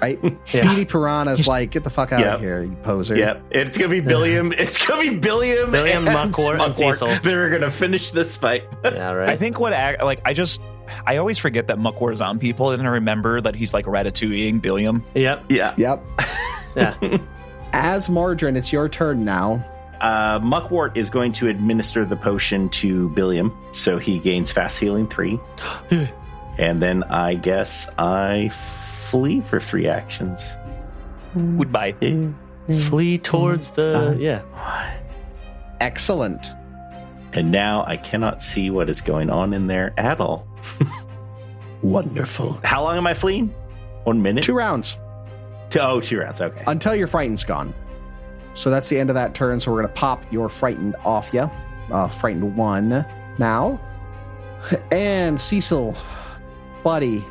S2: Right?
S4: Yeah.
S2: Petey Piranha's like, get the fuck out
S5: Yep.
S2: of here, you poser.
S5: yep. It's going to be Billiam. It's going to be Billiam.
S4: Billiam,
S5: and
S4: Muckwort, and Cecil.
S5: They're going to finish this fight.
S4: yeah, right.
S3: I think what ac- like I just I always forget that Muckwar is on people, and I remember that he's like ratatouilleing Billiam.
S4: yep.
S5: Yeah.
S2: Yep.
S4: Yeah.
S2: Asmordred, it's your turn now.
S5: Uh, Muckwort is going to administer the potion to Billiam, so he gains fast healing three. and then I guess I flee for three actions.
S3: Goodbye.
S5: Two,
S4: Flee towards the. Yeah.
S5: one.
S2: Excellent.
S5: And now I cannot see what is going on in there at all.
S2: Wonderful.
S5: How long am I fleeing? One minute?
S2: Two rounds
S5: Two- oh, two rounds. Okay.
S2: until your frightened's gone. So that's the end of that turn. So we're going to pop your frightened off you. Uh, frightened one now. And Cecil, buddy,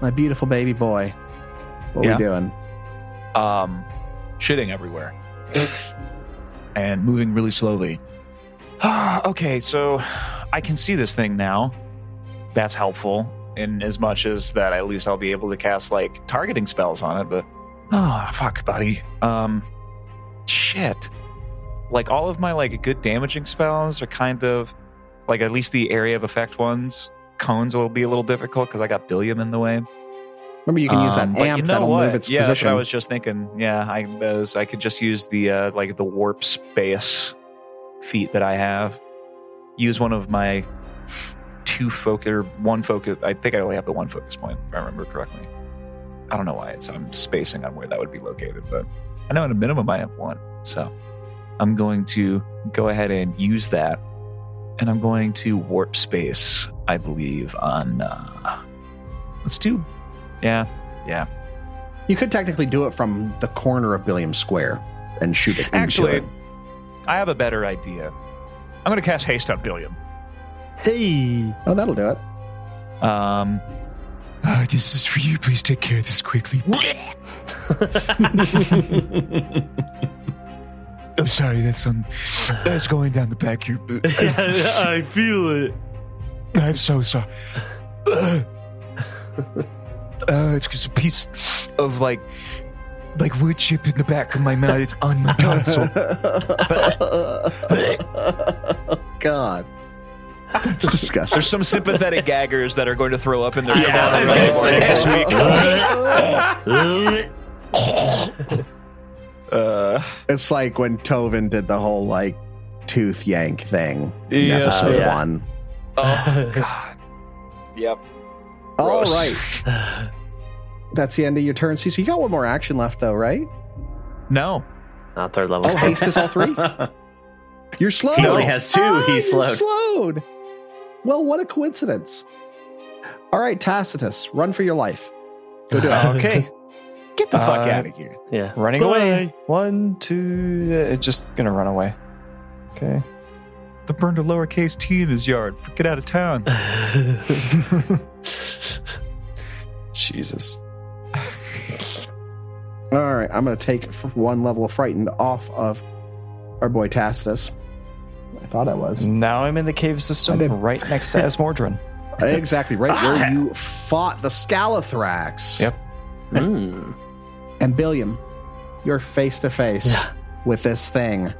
S2: my beautiful baby boy. What
S3: Yeah.
S2: we doing?
S3: Um, shitting everywhere and moving really slowly. okay, so I can see this thing now. That's helpful in as much as that at least I'll be able to cast like targeting spells on it, but oh fuck, buddy. Um shit. Like all of my like good damaging spells are kind of like at least the area of effect ones. Cones will be a little difficult because I got Billiam in the way.
S2: Remember, you can use that
S3: Um, but
S2: amp
S3: you know
S2: that'll
S3: what?
S2: move its
S3: yeah, that's
S2: position.
S3: what I was just thinking. Yeah, I as I could just use the uh, like the warp space feat that I have. Use one of my two focus or one focus. I think I only have the one focus point, if I remember correctly. I don't know why it's I'm spacing on where that would be located, but I know at a minimum I have one. So I'm going to go ahead and use that, and I'm going to warp space. I believe on. Uh, let's do. Yeah, yeah.
S2: you could technically do it from the corner of Billiam Square and shoot it. into
S3: Actually,
S2: it.
S3: I have a better idea. I'm going to cast haste on Billiam.
S4: Hey.
S2: oh, that'll do it.
S3: Um,
S7: Ah, this is for you. Please take care of this quickly. I'm sorry. That's on. That's going down the back of your boot.
S4: I feel it.
S7: I'm so sorry. Ugh. Uh, it's just a piece of like, like wood chip in the back of my mouth. It's on my tonsil.
S2: God, that's disgusting.
S3: there's some sympathetic gaggers that are going to throw up in their
S4: Yeah, I was
S3: right
S4: gonna say.
S3: this week. uh,
S2: It's like when Tovin did the whole like tooth yank thing in
S3: Yeah.
S2: episode
S4: Yeah.
S2: one.
S3: oh God. Yep.
S2: All
S3: Gross.
S2: right, that's the end of your turn, Cece. You got one more action left though, right?
S3: No.
S4: Not third level.
S2: Oh, haste is all three. You're slowed.
S5: He only has two.
S2: Ah,
S5: He's
S2: you're
S5: slowed.
S2: slowed. Well, what a coincidence. All right, Tacitus, run for your life. Go do it.
S6: Okay.
S3: Get the fuck
S6: Uh,
S3: out of here.
S4: Yeah.
S6: Running
S4: Go
S6: away.
S4: away.
S6: One, two. Uh, just gonna run away. Okay.
S7: the burned a lowercase t in his yard. Get out of town.
S6: Jesus.
S2: All right, I'm going to take f- one level of frightened off of our boy Tacitus. I thought I was
S6: Now I'm in the cave system,
S2: I did.
S6: right next to Asmordran.
S2: exactly right
S5: Ah.
S2: where you fought the Scalathrax.
S6: Yep.
S4: Mm.
S2: And Billiam, You're face to face
S4: Yeah.
S2: with this thing.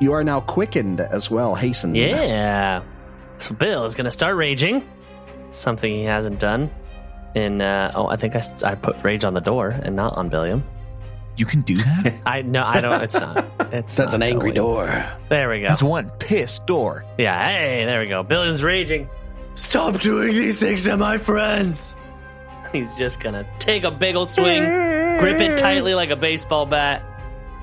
S2: You are now quickened as well, hastened.
S4: Yeah. So Bill is going to start raging. Something he hasn't done. In uh, oh, I think I, s- I put rage on the door and not on Billiam.
S7: You can do that?
S4: I no, I don't. It's not. It's
S9: That's
S4: not
S9: an angry
S4: Billiam.
S9: door.
S4: There we go.
S7: That's one pissed door.
S4: yeah. Hey, there we go. Billiam's raging. Stop doing these things to my friends. He's just gonna take a big ol' swing, grip it tightly like a baseball bat.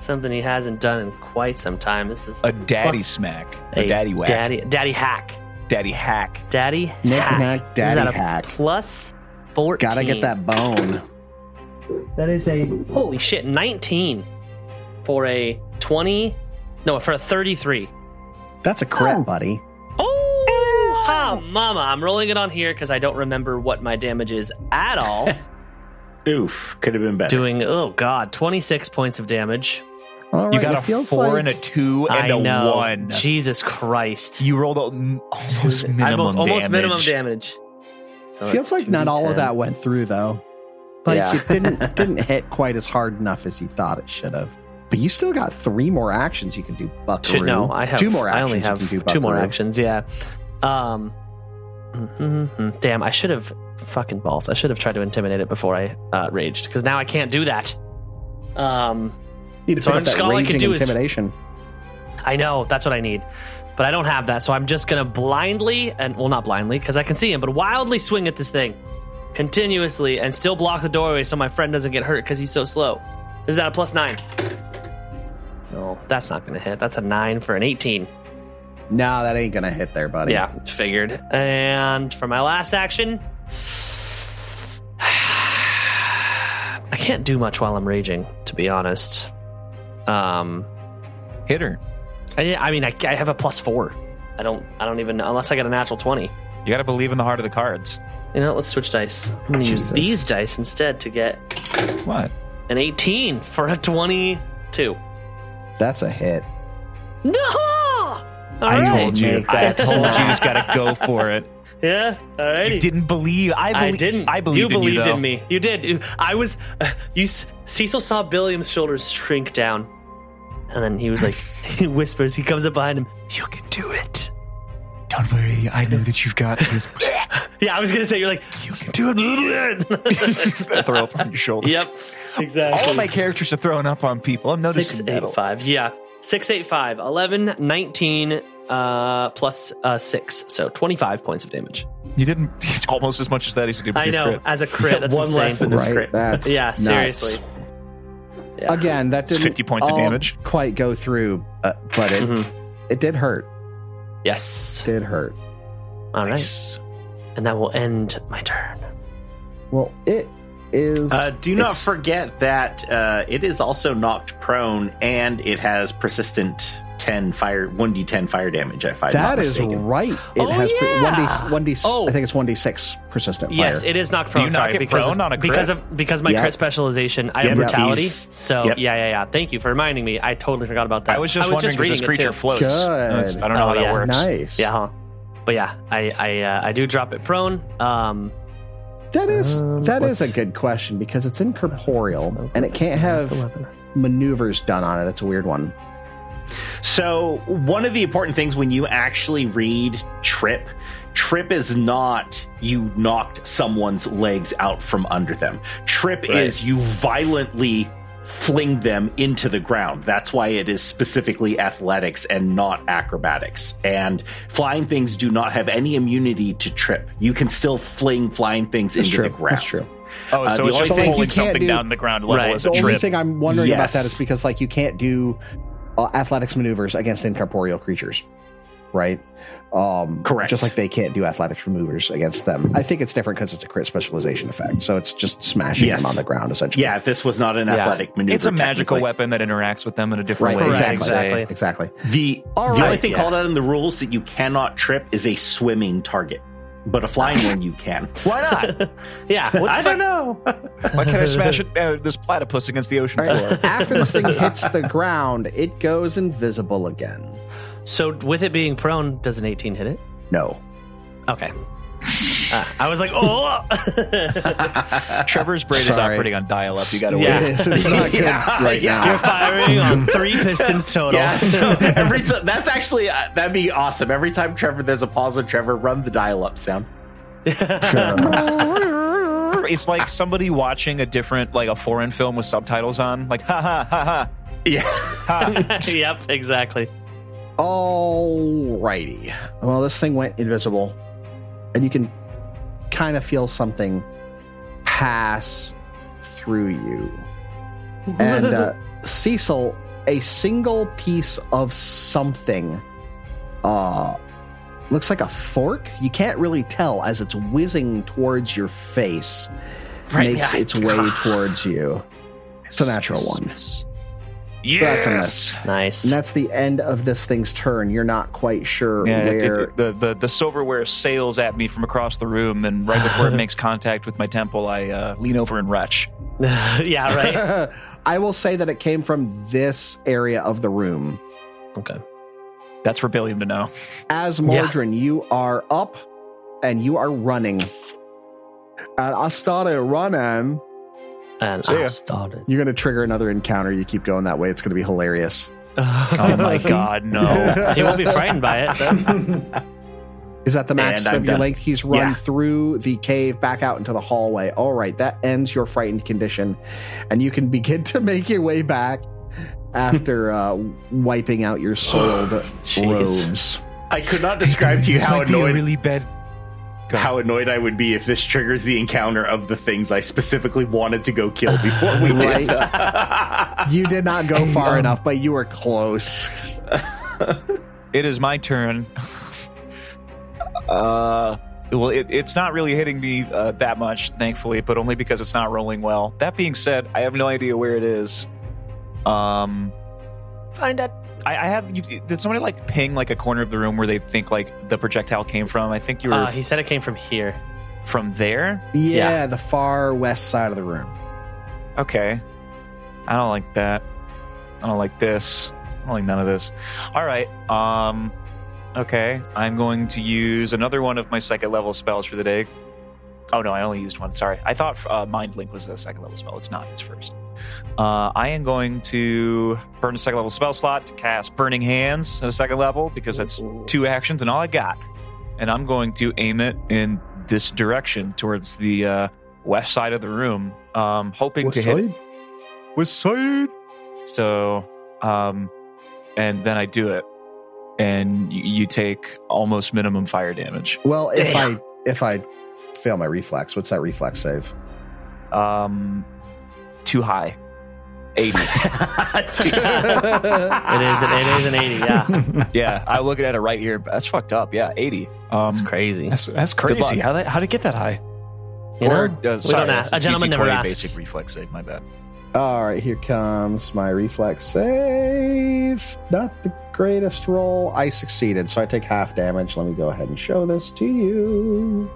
S4: Something he hasn't done in quite some time. This is
S7: A daddy
S4: plus
S7: smack. A, daddy whack. Daddy,
S4: Daddy, daddy hack.
S7: hack.
S4: Daddy
S2: Knick
S4: hack.
S2: knack,
S4: This is
S2: daddy
S4: at a
S2: hack.
S4: Plus 14.
S2: Gotta get that bone.
S4: That is a. Holy shit, 19 for a 20. No, for a 33.
S2: That's a crit, buddy.
S4: Oh, ha, mama. I'm rolling it on here because I don't remember what my damage is at all.
S2: Uh,
S5: Oof, could have been better.
S4: Doing, oh god, 26 points of damage.
S2: All right,
S7: You got
S2: it
S7: a
S2: feels
S7: four
S2: like-
S7: and a two
S4: I
S7: and a
S4: know.
S7: one.
S4: Jesus Christ.
S7: You rolled a, m- almost minimum
S4: almost,
S7: damage.
S4: almost minimum damage. So
S2: Feels
S4: it's
S2: like not all of
S4: 2d10.
S2: that went through though. Like
S4: Yeah.
S2: it didn't didn't hit quite as hard enough as you thought it should have. But you still got three more actions you can do. Buckaroo.
S4: Two, no, I have
S2: two more. Actions
S4: I only have
S2: you can do
S4: two more
S2: buckaroo.
S4: actions. Yeah. Um. mhm, mhm. Damn, I should have fucking balls. I should have tried to intimidate it before I uh, raged because now I can't do that. Um.
S2: Need to
S4: So
S2: pick
S4: I'm
S2: up
S4: just-
S2: that
S4: all I can
S2: raging
S4: do is-
S2: intimidation.
S4: I know that's what I need, but I don't have that, so I'm just gonna blindly and well, not blindly because I can see him, but wildly swing at this thing continuously and still block the doorway so my friend doesn't get hurt because he's so slow. This is at a plus nine. No, that's not gonna hit. That's a nine for an eighteen.
S2: No, that ain't gonna hit there, buddy.
S4: Yeah, it's figured. And for my last action, I can't do much while I'm raging, to be honest. Um,
S7: Hit her.
S4: I, I mean, I, I have a plus four. I don't, I don't even unless I get a natural twenty.
S3: You got to believe in the heart of the cards.
S4: You know, let's switch dice. I'm gonna use these dice instead to get
S7: What?
S4: an eighteen for a twenty-two.
S2: that's a hit.
S4: No.
S7: I
S4: Alright.
S7: told you.
S2: Make
S7: I
S2: that
S7: told you.
S2: snap.
S7: You just gotta go for it.
S4: Yeah. All right.
S7: You didn't believe. I, belie-
S4: I didn't.
S7: I believed
S4: you
S7: in
S4: believed
S7: though.
S4: in me. You did. You- I was. Uh, you. s- Cecil saw Billiam's shoulders shrink down, and then he was like, he whispers. He comes up behind him. You can do it.
S7: Don't worry. I know that you've got this.
S4: Yeah, I was gonna say you're like, you can do it.
S7: throw up on your shoulder.
S4: yep. Exactly.
S7: All of Oh my characters are throwing up on people. I'm
S4: six
S7: noticing that.
S4: eight five. Yeah. Six eight five. Eleven nineteen. Uh, plus uh six, so twenty-five points of damage.
S7: You didn't it's almost as much as that as you did with
S4: I
S7: your
S4: know,
S7: crit.
S4: as a crit, that's
S5: one
S4: insane.
S5: less than his
S2: Right.
S5: crit.
S2: That's
S4: yeah,
S2: nuts.
S4: seriously. Yeah.
S2: Again, that
S7: It's
S2: didn't
S7: 50 points of
S2: all
S7: damage.
S2: Quite go through, uh, but it
S4: Mhm.
S2: it did hurt.
S4: Yes.
S2: Did hurt.
S4: All right. and that will end my turn.
S2: Well, it is.
S5: Uh, do not
S2: it's-
S5: forget that uh, it is also knocked prone and it has persistent 10 fire 1d10 fire damage if I'm not
S2: That is
S5: mistaken.
S2: right. It
S4: Oh,
S2: has
S4: yeah.
S2: one d one d.
S4: Oh.
S2: I think it's one d six persistent fire.
S4: Yes, it is knocked prone.
S3: you knock
S4: sorry,
S3: it
S4: because
S3: prone
S4: of,
S3: on a crit?
S4: because of because my
S2: Yeah.
S4: crit specialization, I have
S5: Yeah,
S4: brutality.
S5: these-
S4: So
S5: yep.
S4: yeah, yeah, yeah. Thank you for reminding me. I totally forgot about that.
S3: I was just wondering because this
S4: reading it,
S3: creature
S4: too.
S3: floats.
S2: Good.
S3: I don't know
S4: Oh,
S3: how that
S4: yeah.
S3: works.
S2: Nice.
S4: Yeah, huh? But yeah, I I uh, I do drop it prone. Um,
S2: That is
S4: Um,
S2: that is a
S4: what's-
S2: good question because it's incorporeal and it can't have maneuvers done on it. It's a weird one.
S5: So, one of the important things when you actually read trip, trip is not you knocked someone's legs out from under them. Trip is you violently fling them into the ground. That's why it is specifically athletics and not acrobatics. And flying things do not have any immunity to trip. You can still fling flying things into the ground.
S2: That's true.
S3: Oh,
S5: Uh,
S3: so
S5: the
S3: it's
S5: only
S3: just
S5: thing you
S3: pulling
S2: can't
S3: something
S2: do-
S3: down the ground level
S4: Right.
S3: as
S2: The
S3: a
S2: only
S3: trip.
S2: thing I'm wondering about
S5: Yes.
S2: that is because like you can't do uh, athletics maneuvers against incorporeal creatures, right? Um,
S5: Correct.
S2: Just like they can't do athletics maneuvers against them. I think it's different because it's a crit specialization effect, so it's just smashing
S5: Yes.
S2: them on the ground essentially.
S5: Yeah, this was not an athletic maneuver.
S3: it's a magical
S5: technically.
S3: weapon that interacts with them in a different
S2: Right.
S3: way.
S4: Correct.
S2: Exactly.
S4: Exactly.
S2: Exactly.
S5: The,
S2: All
S5: the only
S2: right,
S5: thing
S4: yeah.
S5: called out in the rules that you cannot trip is a swimming target, but a flying one you can.
S3: Why not?
S4: yeah. What the
S5: I
S4: fuck?
S5: don't know.
S7: Why can't I smash it, uh, this platypus against the ocean
S2: All right.
S7: floor?
S2: After this thing hits the ground, it goes invisible again.
S4: So with it being prone, does an eighteen hit it?
S2: No.
S4: Okay. Uh, I was like, oh,
S3: Trevor's brain is
S2: Sorry.
S3: operating on dial up. You got to
S4: Yeah.
S2: It is. It's not good
S5: Yeah,
S2: right
S5: yeah.
S2: now.
S4: you're firing on three pistons total.
S5: Yeah, so every t- that's actually uh, that'd be awesome. Every time Trevor there's a pause on Trevor, run the dial-up sound.
S3: wait. It's like somebody watching a different, like a foreign film with subtitles on. Like, ha ha ha ha.
S5: Yeah,
S4: yep, exactly.
S2: Alrighty. Well, this thing went invisible, and you can kind of feel something pass through you. And uh, Cecil, a single piece of something, uh, looks like a fork. You can't really tell as it's whizzing towards your face, makes its way towards you. It's a natural one. That's a mess.
S4: Nice.
S2: And that's the end of this thing's turn. You're not quite sure
S3: Yeah, it- it-
S2: where.
S3: the, the the silverware sails at me from across the room, and right before it makes contact with my temple, I uh, lean over and retch.
S4: yeah, right.
S2: I will say that it came from this area of the room.
S4: Okay.
S3: That's for Billiam to know.
S2: As
S4: Yeah.
S2: Mordrin, you are up and you are running. And I started running.
S4: And
S3: See ya.
S4: I started.
S2: You're going to trigger another encounter. You keep going that way. It's going to be hilarious.
S3: Oh my god, no!
S4: he won't be frightened by it.
S2: Is that the max
S5: And I'm
S2: of your
S5: done.
S2: length? He's run
S5: Yeah.
S2: through the cave back out into the hallway. All right, that ends your frightened condition, and you can begin to make your way back after uh, wiping out your soiled robes.
S5: I could not describe to you
S7: this
S5: how
S7: might be a
S5: annoyed
S7: really bad.
S5: how annoyed I would be if this triggers the encounter of the things I specifically wanted to go kill before we did.
S2: You did not go far enough, but you were close.
S3: It is my turn. uh, well, it, it's not really hitting me uh, that much, thankfully, but only because it's not rolling well. That being said, I have no idea where it is. Um,
S9: Find out.
S3: I, I had you, did somebody like ping like a corner of the room where they think like the projectile came from? I think you were
S4: Uh, he said it came from here.
S3: from there.
S2: Yeah, the far west side of the room.
S3: Okay. I don't like that. I don't like this. I don't like none of this. All right. Um okay, I'm going to use another one of my second level spells for the day. Oh no, I only used one. Sorry. I thought uh, mind link was a second level spell. It's not. It's first. Uh, I am going to burn a second level spell slot to cast Burning Hands at a second level because that's two actions and all I got. And I'm going to aim it in this direction towards the uh, west side of the room, um, hoping to hit West Side. So, um, and then I do it, and y- you take almost minimum fire damage.
S2: Well, if I if I fail my reflex, what's that reflex save?
S3: Um, too high, eighty.
S4: It is. An, it is an eighty. Yeah,
S3: yeah, I'm looking at it right here. That's fucked up. Yeah, eighty. Um,
S4: it's crazy.
S6: That's that's
S3: luck.
S6: crazy. How that, how'd it get that high?
S4: You
S3: or,
S4: know?
S3: uh,
S4: we
S3: sorry,
S4: don't ask.
S3: it's
S4: A gentleman
S3: DC
S4: never
S3: 20
S4: asks.
S3: Basic reflex save. My bad.
S2: All right, here comes my reflex save. Not the greatest roll. I succeeded, so I take half damage. Let me go ahead and show this to you.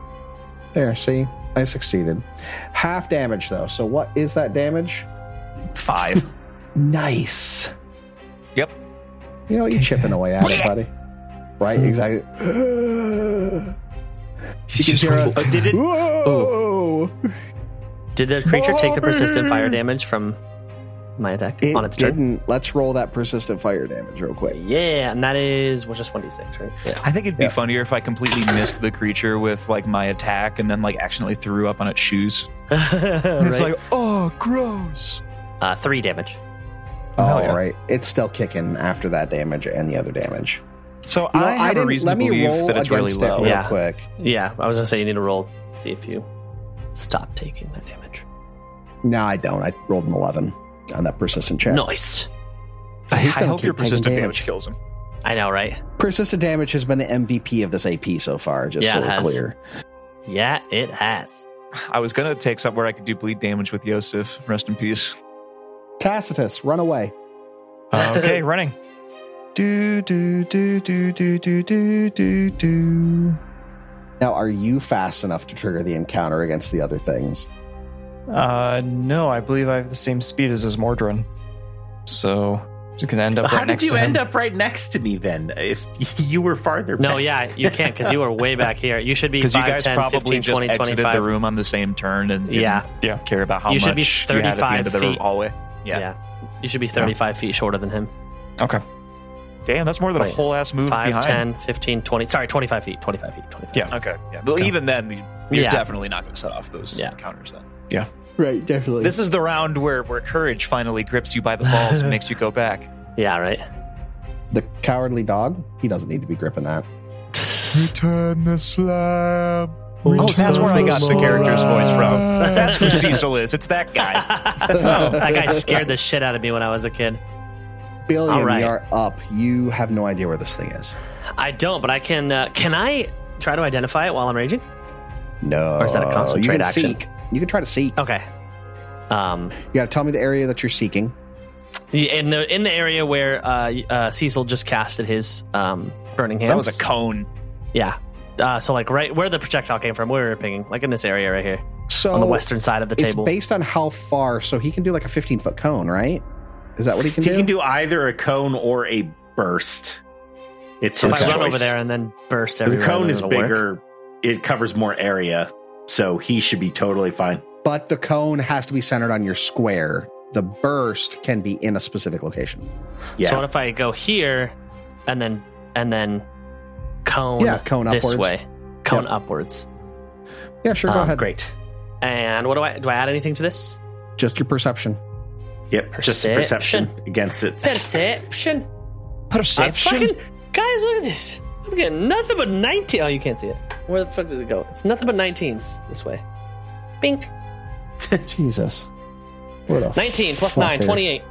S2: There, see? I succeeded. Half damage, though. So, what is that damage?
S3: Five.
S2: Nice.
S3: Yep.
S2: You know, you're chipping away at it, buddy. Right? Exactly.
S7: He's
S2: can
S7: just
S2: hear a-
S7: rolled a
S3: Oh,
S5: did it?
S4: Oh.
S2: Whoa!
S4: Did the creature take the persistent fire damage from my attack
S2: It
S4: on its turn?
S2: didn't. Let's roll that persistent fire damage real quick.
S4: Yeah, and that is well, just one d six, right? Yeah.
S3: I think it'd be
S2: Yeah.
S3: funnier if I completely missed the creature with like my attack and then like accidentally threw up on its shoes.
S7: And It's
S4: Right?
S7: like, oh, gross.
S4: uh, three damage.
S2: All
S3: Hell
S4: Oh,
S2: right,
S3: yeah.
S2: It's still kicking after that damage and the other damage.
S3: So
S2: You know,
S3: I have a
S2: didn't-
S3: reason to believe that it's really
S2: against it
S3: low.
S2: real
S4: Yeah.
S2: quick.
S4: Yeah, I was gonna say you need to roll see if you stop taking that damage.
S2: No, I don't. I rolled an 11 on that persistent check.
S4: Nice.
S3: I,
S2: He's gonna
S3: hope
S2: keep
S3: your
S2: taking
S3: persistent
S2: damage.
S3: damage kills him.
S4: I know, right?
S2: Persistent damage has been the MVP of this AP so far, just
S4: Yeah,
S2: so
S4: it
S2: we're
S4: has.
S2: clear.
S4: Yeah, it has.
S3: I was gonna take something where I could do bleed damage with Yosef. Rest in peace.
S2: Tacitus, run away.
S6: Okay, running. Do do do do do do do do do.
S2: Now, are you fast enough to trigger the encounter against the other things?
S6: Uh, no, I believe I have the same speed as his Mordrin. So Just gonna end up
S5: How
S6: right
S5: did
S6: next
S5: you
S6: to him.
S5: end up right next to me then? If you were farther
S4: No,
S5: back?
S4: yeah, you can't because you were way back here. You should be
S3: Because
S4: 5,
S3: you guys
S4: 10,
S3: probably
S4: 15,
S3: just
S4: 20,
S3: exited
S4: 25.
S3: the room on the same turn and didn't
S4: Yeah.
S6: Yeah.
S3: care about how
S4: You
S3: much
S4: should be
S3: you had at the
S4: 35
S3: end of the
S4: feet.
S3: hallway.
S4: Yeah.
S3: Yeah.
S4: You should be 35 feet shorter than him.
S6: Okay.
S3: Damn, that's more than
S4: Wait.
S3: a whole ass move
S4: 5,
S3: behind.
S4: 10, 15, 20. Sorry, 25 feet. 25 feet. 25
S6: Yeah.
S3: Okay. Yeah. Well, even then, you- you're
S4: Yeah.
S3: definitely not going to set off those
S4: Yeah.
S3: counters then.
S2: Right, definitely.
S3: This is the round where, where courage finally grips you by the balls and makes you go back.
S4: Yeah, right?
S2: the cowardly dog, he doesn't need to be gripping that.
S7: Return the slab.
S3: Oh, that's where I got the
S7: Return
S2: Oh,
S3: character's voice from.
S7: slab.
S3: That's who Cecil is. It's that guy.
S4: that guy scared the shit out of me when I was a kid.
S2: Billion,
S4: All right.
S2: we are up. You have no idea where this thing is.
S4: I don't, but I can. Uh, can I try to identify it while I'm raging?
S2: No.
S4: Or is that a concentrate
S2: you can
S4: action? Oh.
S2: Seek. You can try to seek.
S4: Okay. Um,
S2: You got to tell me the area that you're seeking.
S4: in the in the area where uh, uh, Cecil just casted his um, burning hands.
S3: That was a cone.
S4: yeah. Uh, so like right where the projectile came from, where we were pinging, like in this area right here
S2: So
S4: on the western side of the
S2: Oh, it's
S4: table.
S2: based on how far. So he can do like a 15 foot cone, right? Is that what he can
S5: He
S2: do?
S5: can do either a cone or a burst. It's
S4: so if
S5: his
S4: I run
S5: choice.
S4: over there and then burst
S5: the
S4: everywhere,
S5: cone
S4: then
S5: is
S4: it'll work.
S5: bigger. It covers more area, so he should be totally fine.
S2: but the cone has to be centered on your square. The burst can be in a specific location.
S5: Yeah.
S4: So what if I go here and then and then cone
S2: Yeah, cone
S4: this
S2: upwards.
S4: way, cone
S2: Yep.
S4: upwards.
S2: Yeah, sure. Go
S4: Um,
S2: ahead.
S4: Great. And what do I do? I add anything to this?
S2: Just your perception.
S5: yep. Just the
S4: Perception.
S5: perception against it.
S4: Perception. I
S6: Perception.
S4: fucking guys, look at this. I'm getting nothing but nineteen. Oh, you can't see it. Where the fuck did it go? It's nothing but nineteens this way. Bing.
S2: Jesus. What a
S4: Nineteen plus
S2: fucker.
S4: nine, 28.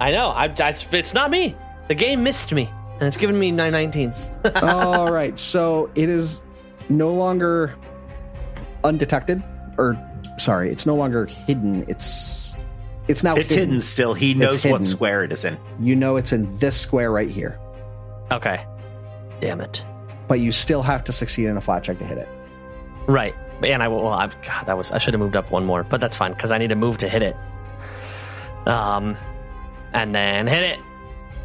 S4: I know. I, I, it's not me. The game missed me, and it's giving me nine 19s.
S2: All right. So it is no longer undetected, or sorry, it's no longer hidden. It's it's now
S5: It's hidden still. He knows
S2: hidden.
S5: what square it is in.
S2: You know it's in this square right here,
S4: okay. Damn it.
S2: but you still have to succeed in a flat check to hit it.
S4: Right. And I will. Well, I, God, that was. I should have moved up one more, but that's fine because I need to move to hit it. Um, and then hit it.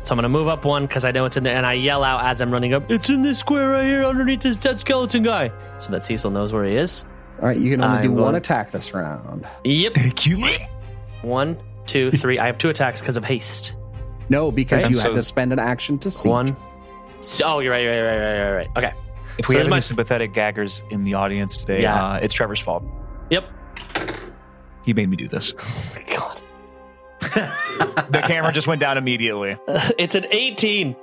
S4: So I'm gonna move up one because I know it's in there, and I yell out as I'm running up. It's in this square right here, underneath this dead skeleton guy, so that Cecil knows where he is.
S2: All right, you can only
S4: I'm
S2: do one
S4: going-
S2: attack this round.
S4: Yep.
S7: Thank you.
S4: One, two, three. I have two attacks because of haste.
S2: No, because
S3: Right.
S2: you
S3: So-
S2: had to spend an action to see.
S4: One. So, oh, you're right. You're right. You're right. You're right. Okay.
S3: If
S4: So
S3: we have
S4: there's my-
S3: any sympathetic gaggers in the audience today,
S4: Yeah.
S3: uh, it's Trevor's fault.
S4: Yep.
S3: He made me do this.
S4: God.
S3: The camera just went down immediately.
S4: it's an 18.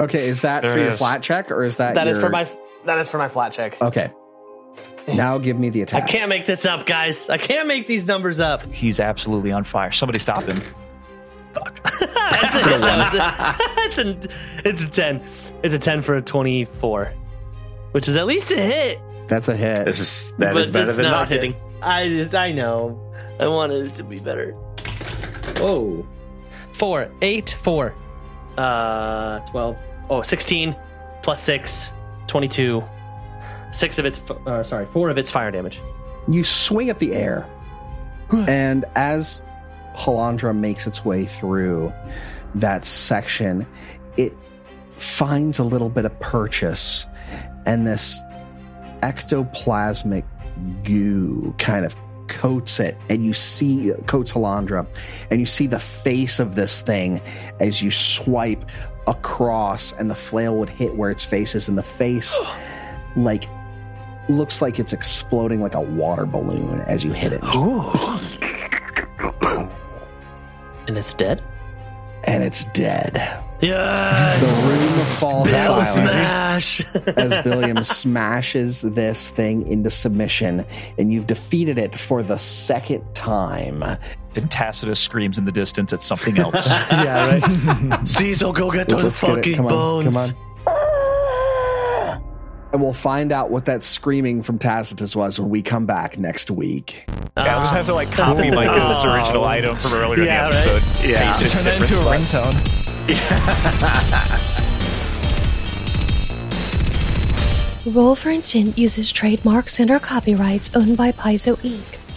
S2: Okay, is that
S3: There
S2: for
S3: it
S2: your
S3: is.
S2: flat check or is that
S4: That is
S2: your-
S4: for my. That is for my flat check.
S2: Okay. Now give me the
S4: I
S2: attack.
S4: can't make this up, guys. I can't make these numbers up.
S3: He's absolutely on fire. Somebody stop him.
S4: That's a hit, though. It's a, it's, a, it's a 10. It's a 10 for a 24, which is at least a hit.
S2: That's a hit.
S5: This is that is
S4: but
S5: better
S4: it's
S5: than
S4: not a
S5: not
S4: hit.
S5: hitting.
S4: I just, I know. I wanted it to be better.
S5: Oh,
S4: Four, eight, four, uh, 12, oh, 16 plus six, 22. Six of its, f- uh, sorry, four of its fire damage.
S2: you swing at the air, and as Halandra makes its way through that section, it finds a little bit of purchase, and this ectoplasmic goo kind of coats it, and you see coats Halandra, and you see the face of this thing as you swipe across, and the flail would hit where its face is, and the face like looks like it's exploding like a water balloon as you hit it.
S4: And it's dead?
S2: And it's dead. The
S4: Yeah.
S2: room falls silent
S4: Smash.
S2: as Billiam smashes this thing into submission, and you've defeated it for the second time.
S3: And Tacitus screams in the distance at something else.
S4: yeah, right. Cecil, go get those
S2: Let's get it.
S4: fucking
S2: Come on,
S4: bones.
S2: come on. And we'll find out what that screaming from Tacitus was when we come back next week.
S3: Yeah, I'll just have to like copy Micah's original item from earlier
S4: Yeah,
S3: in the
S4: right.
S3: episode.
S5: yeah.
S3: Paste it
S6: Turn that
S3: different
S6: into a
S3: spots.
S6: ringtone.
S9: Roll for Intent uses trademarks and/or copyrights owned by Paizo Inc.,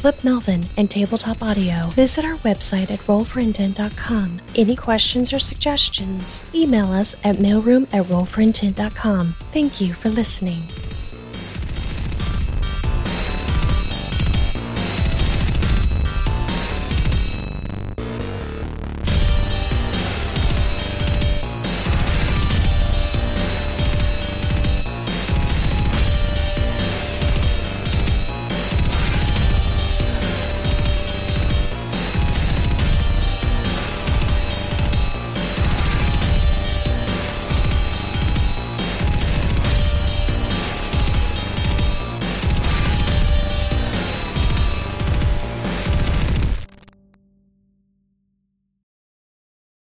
S9: Flip Melvin, and Tabletop Audio. Visit our website at rollforintent.com. Any questions or suggestions, email us at mailroom at rollforintent.com. Thank you for listening.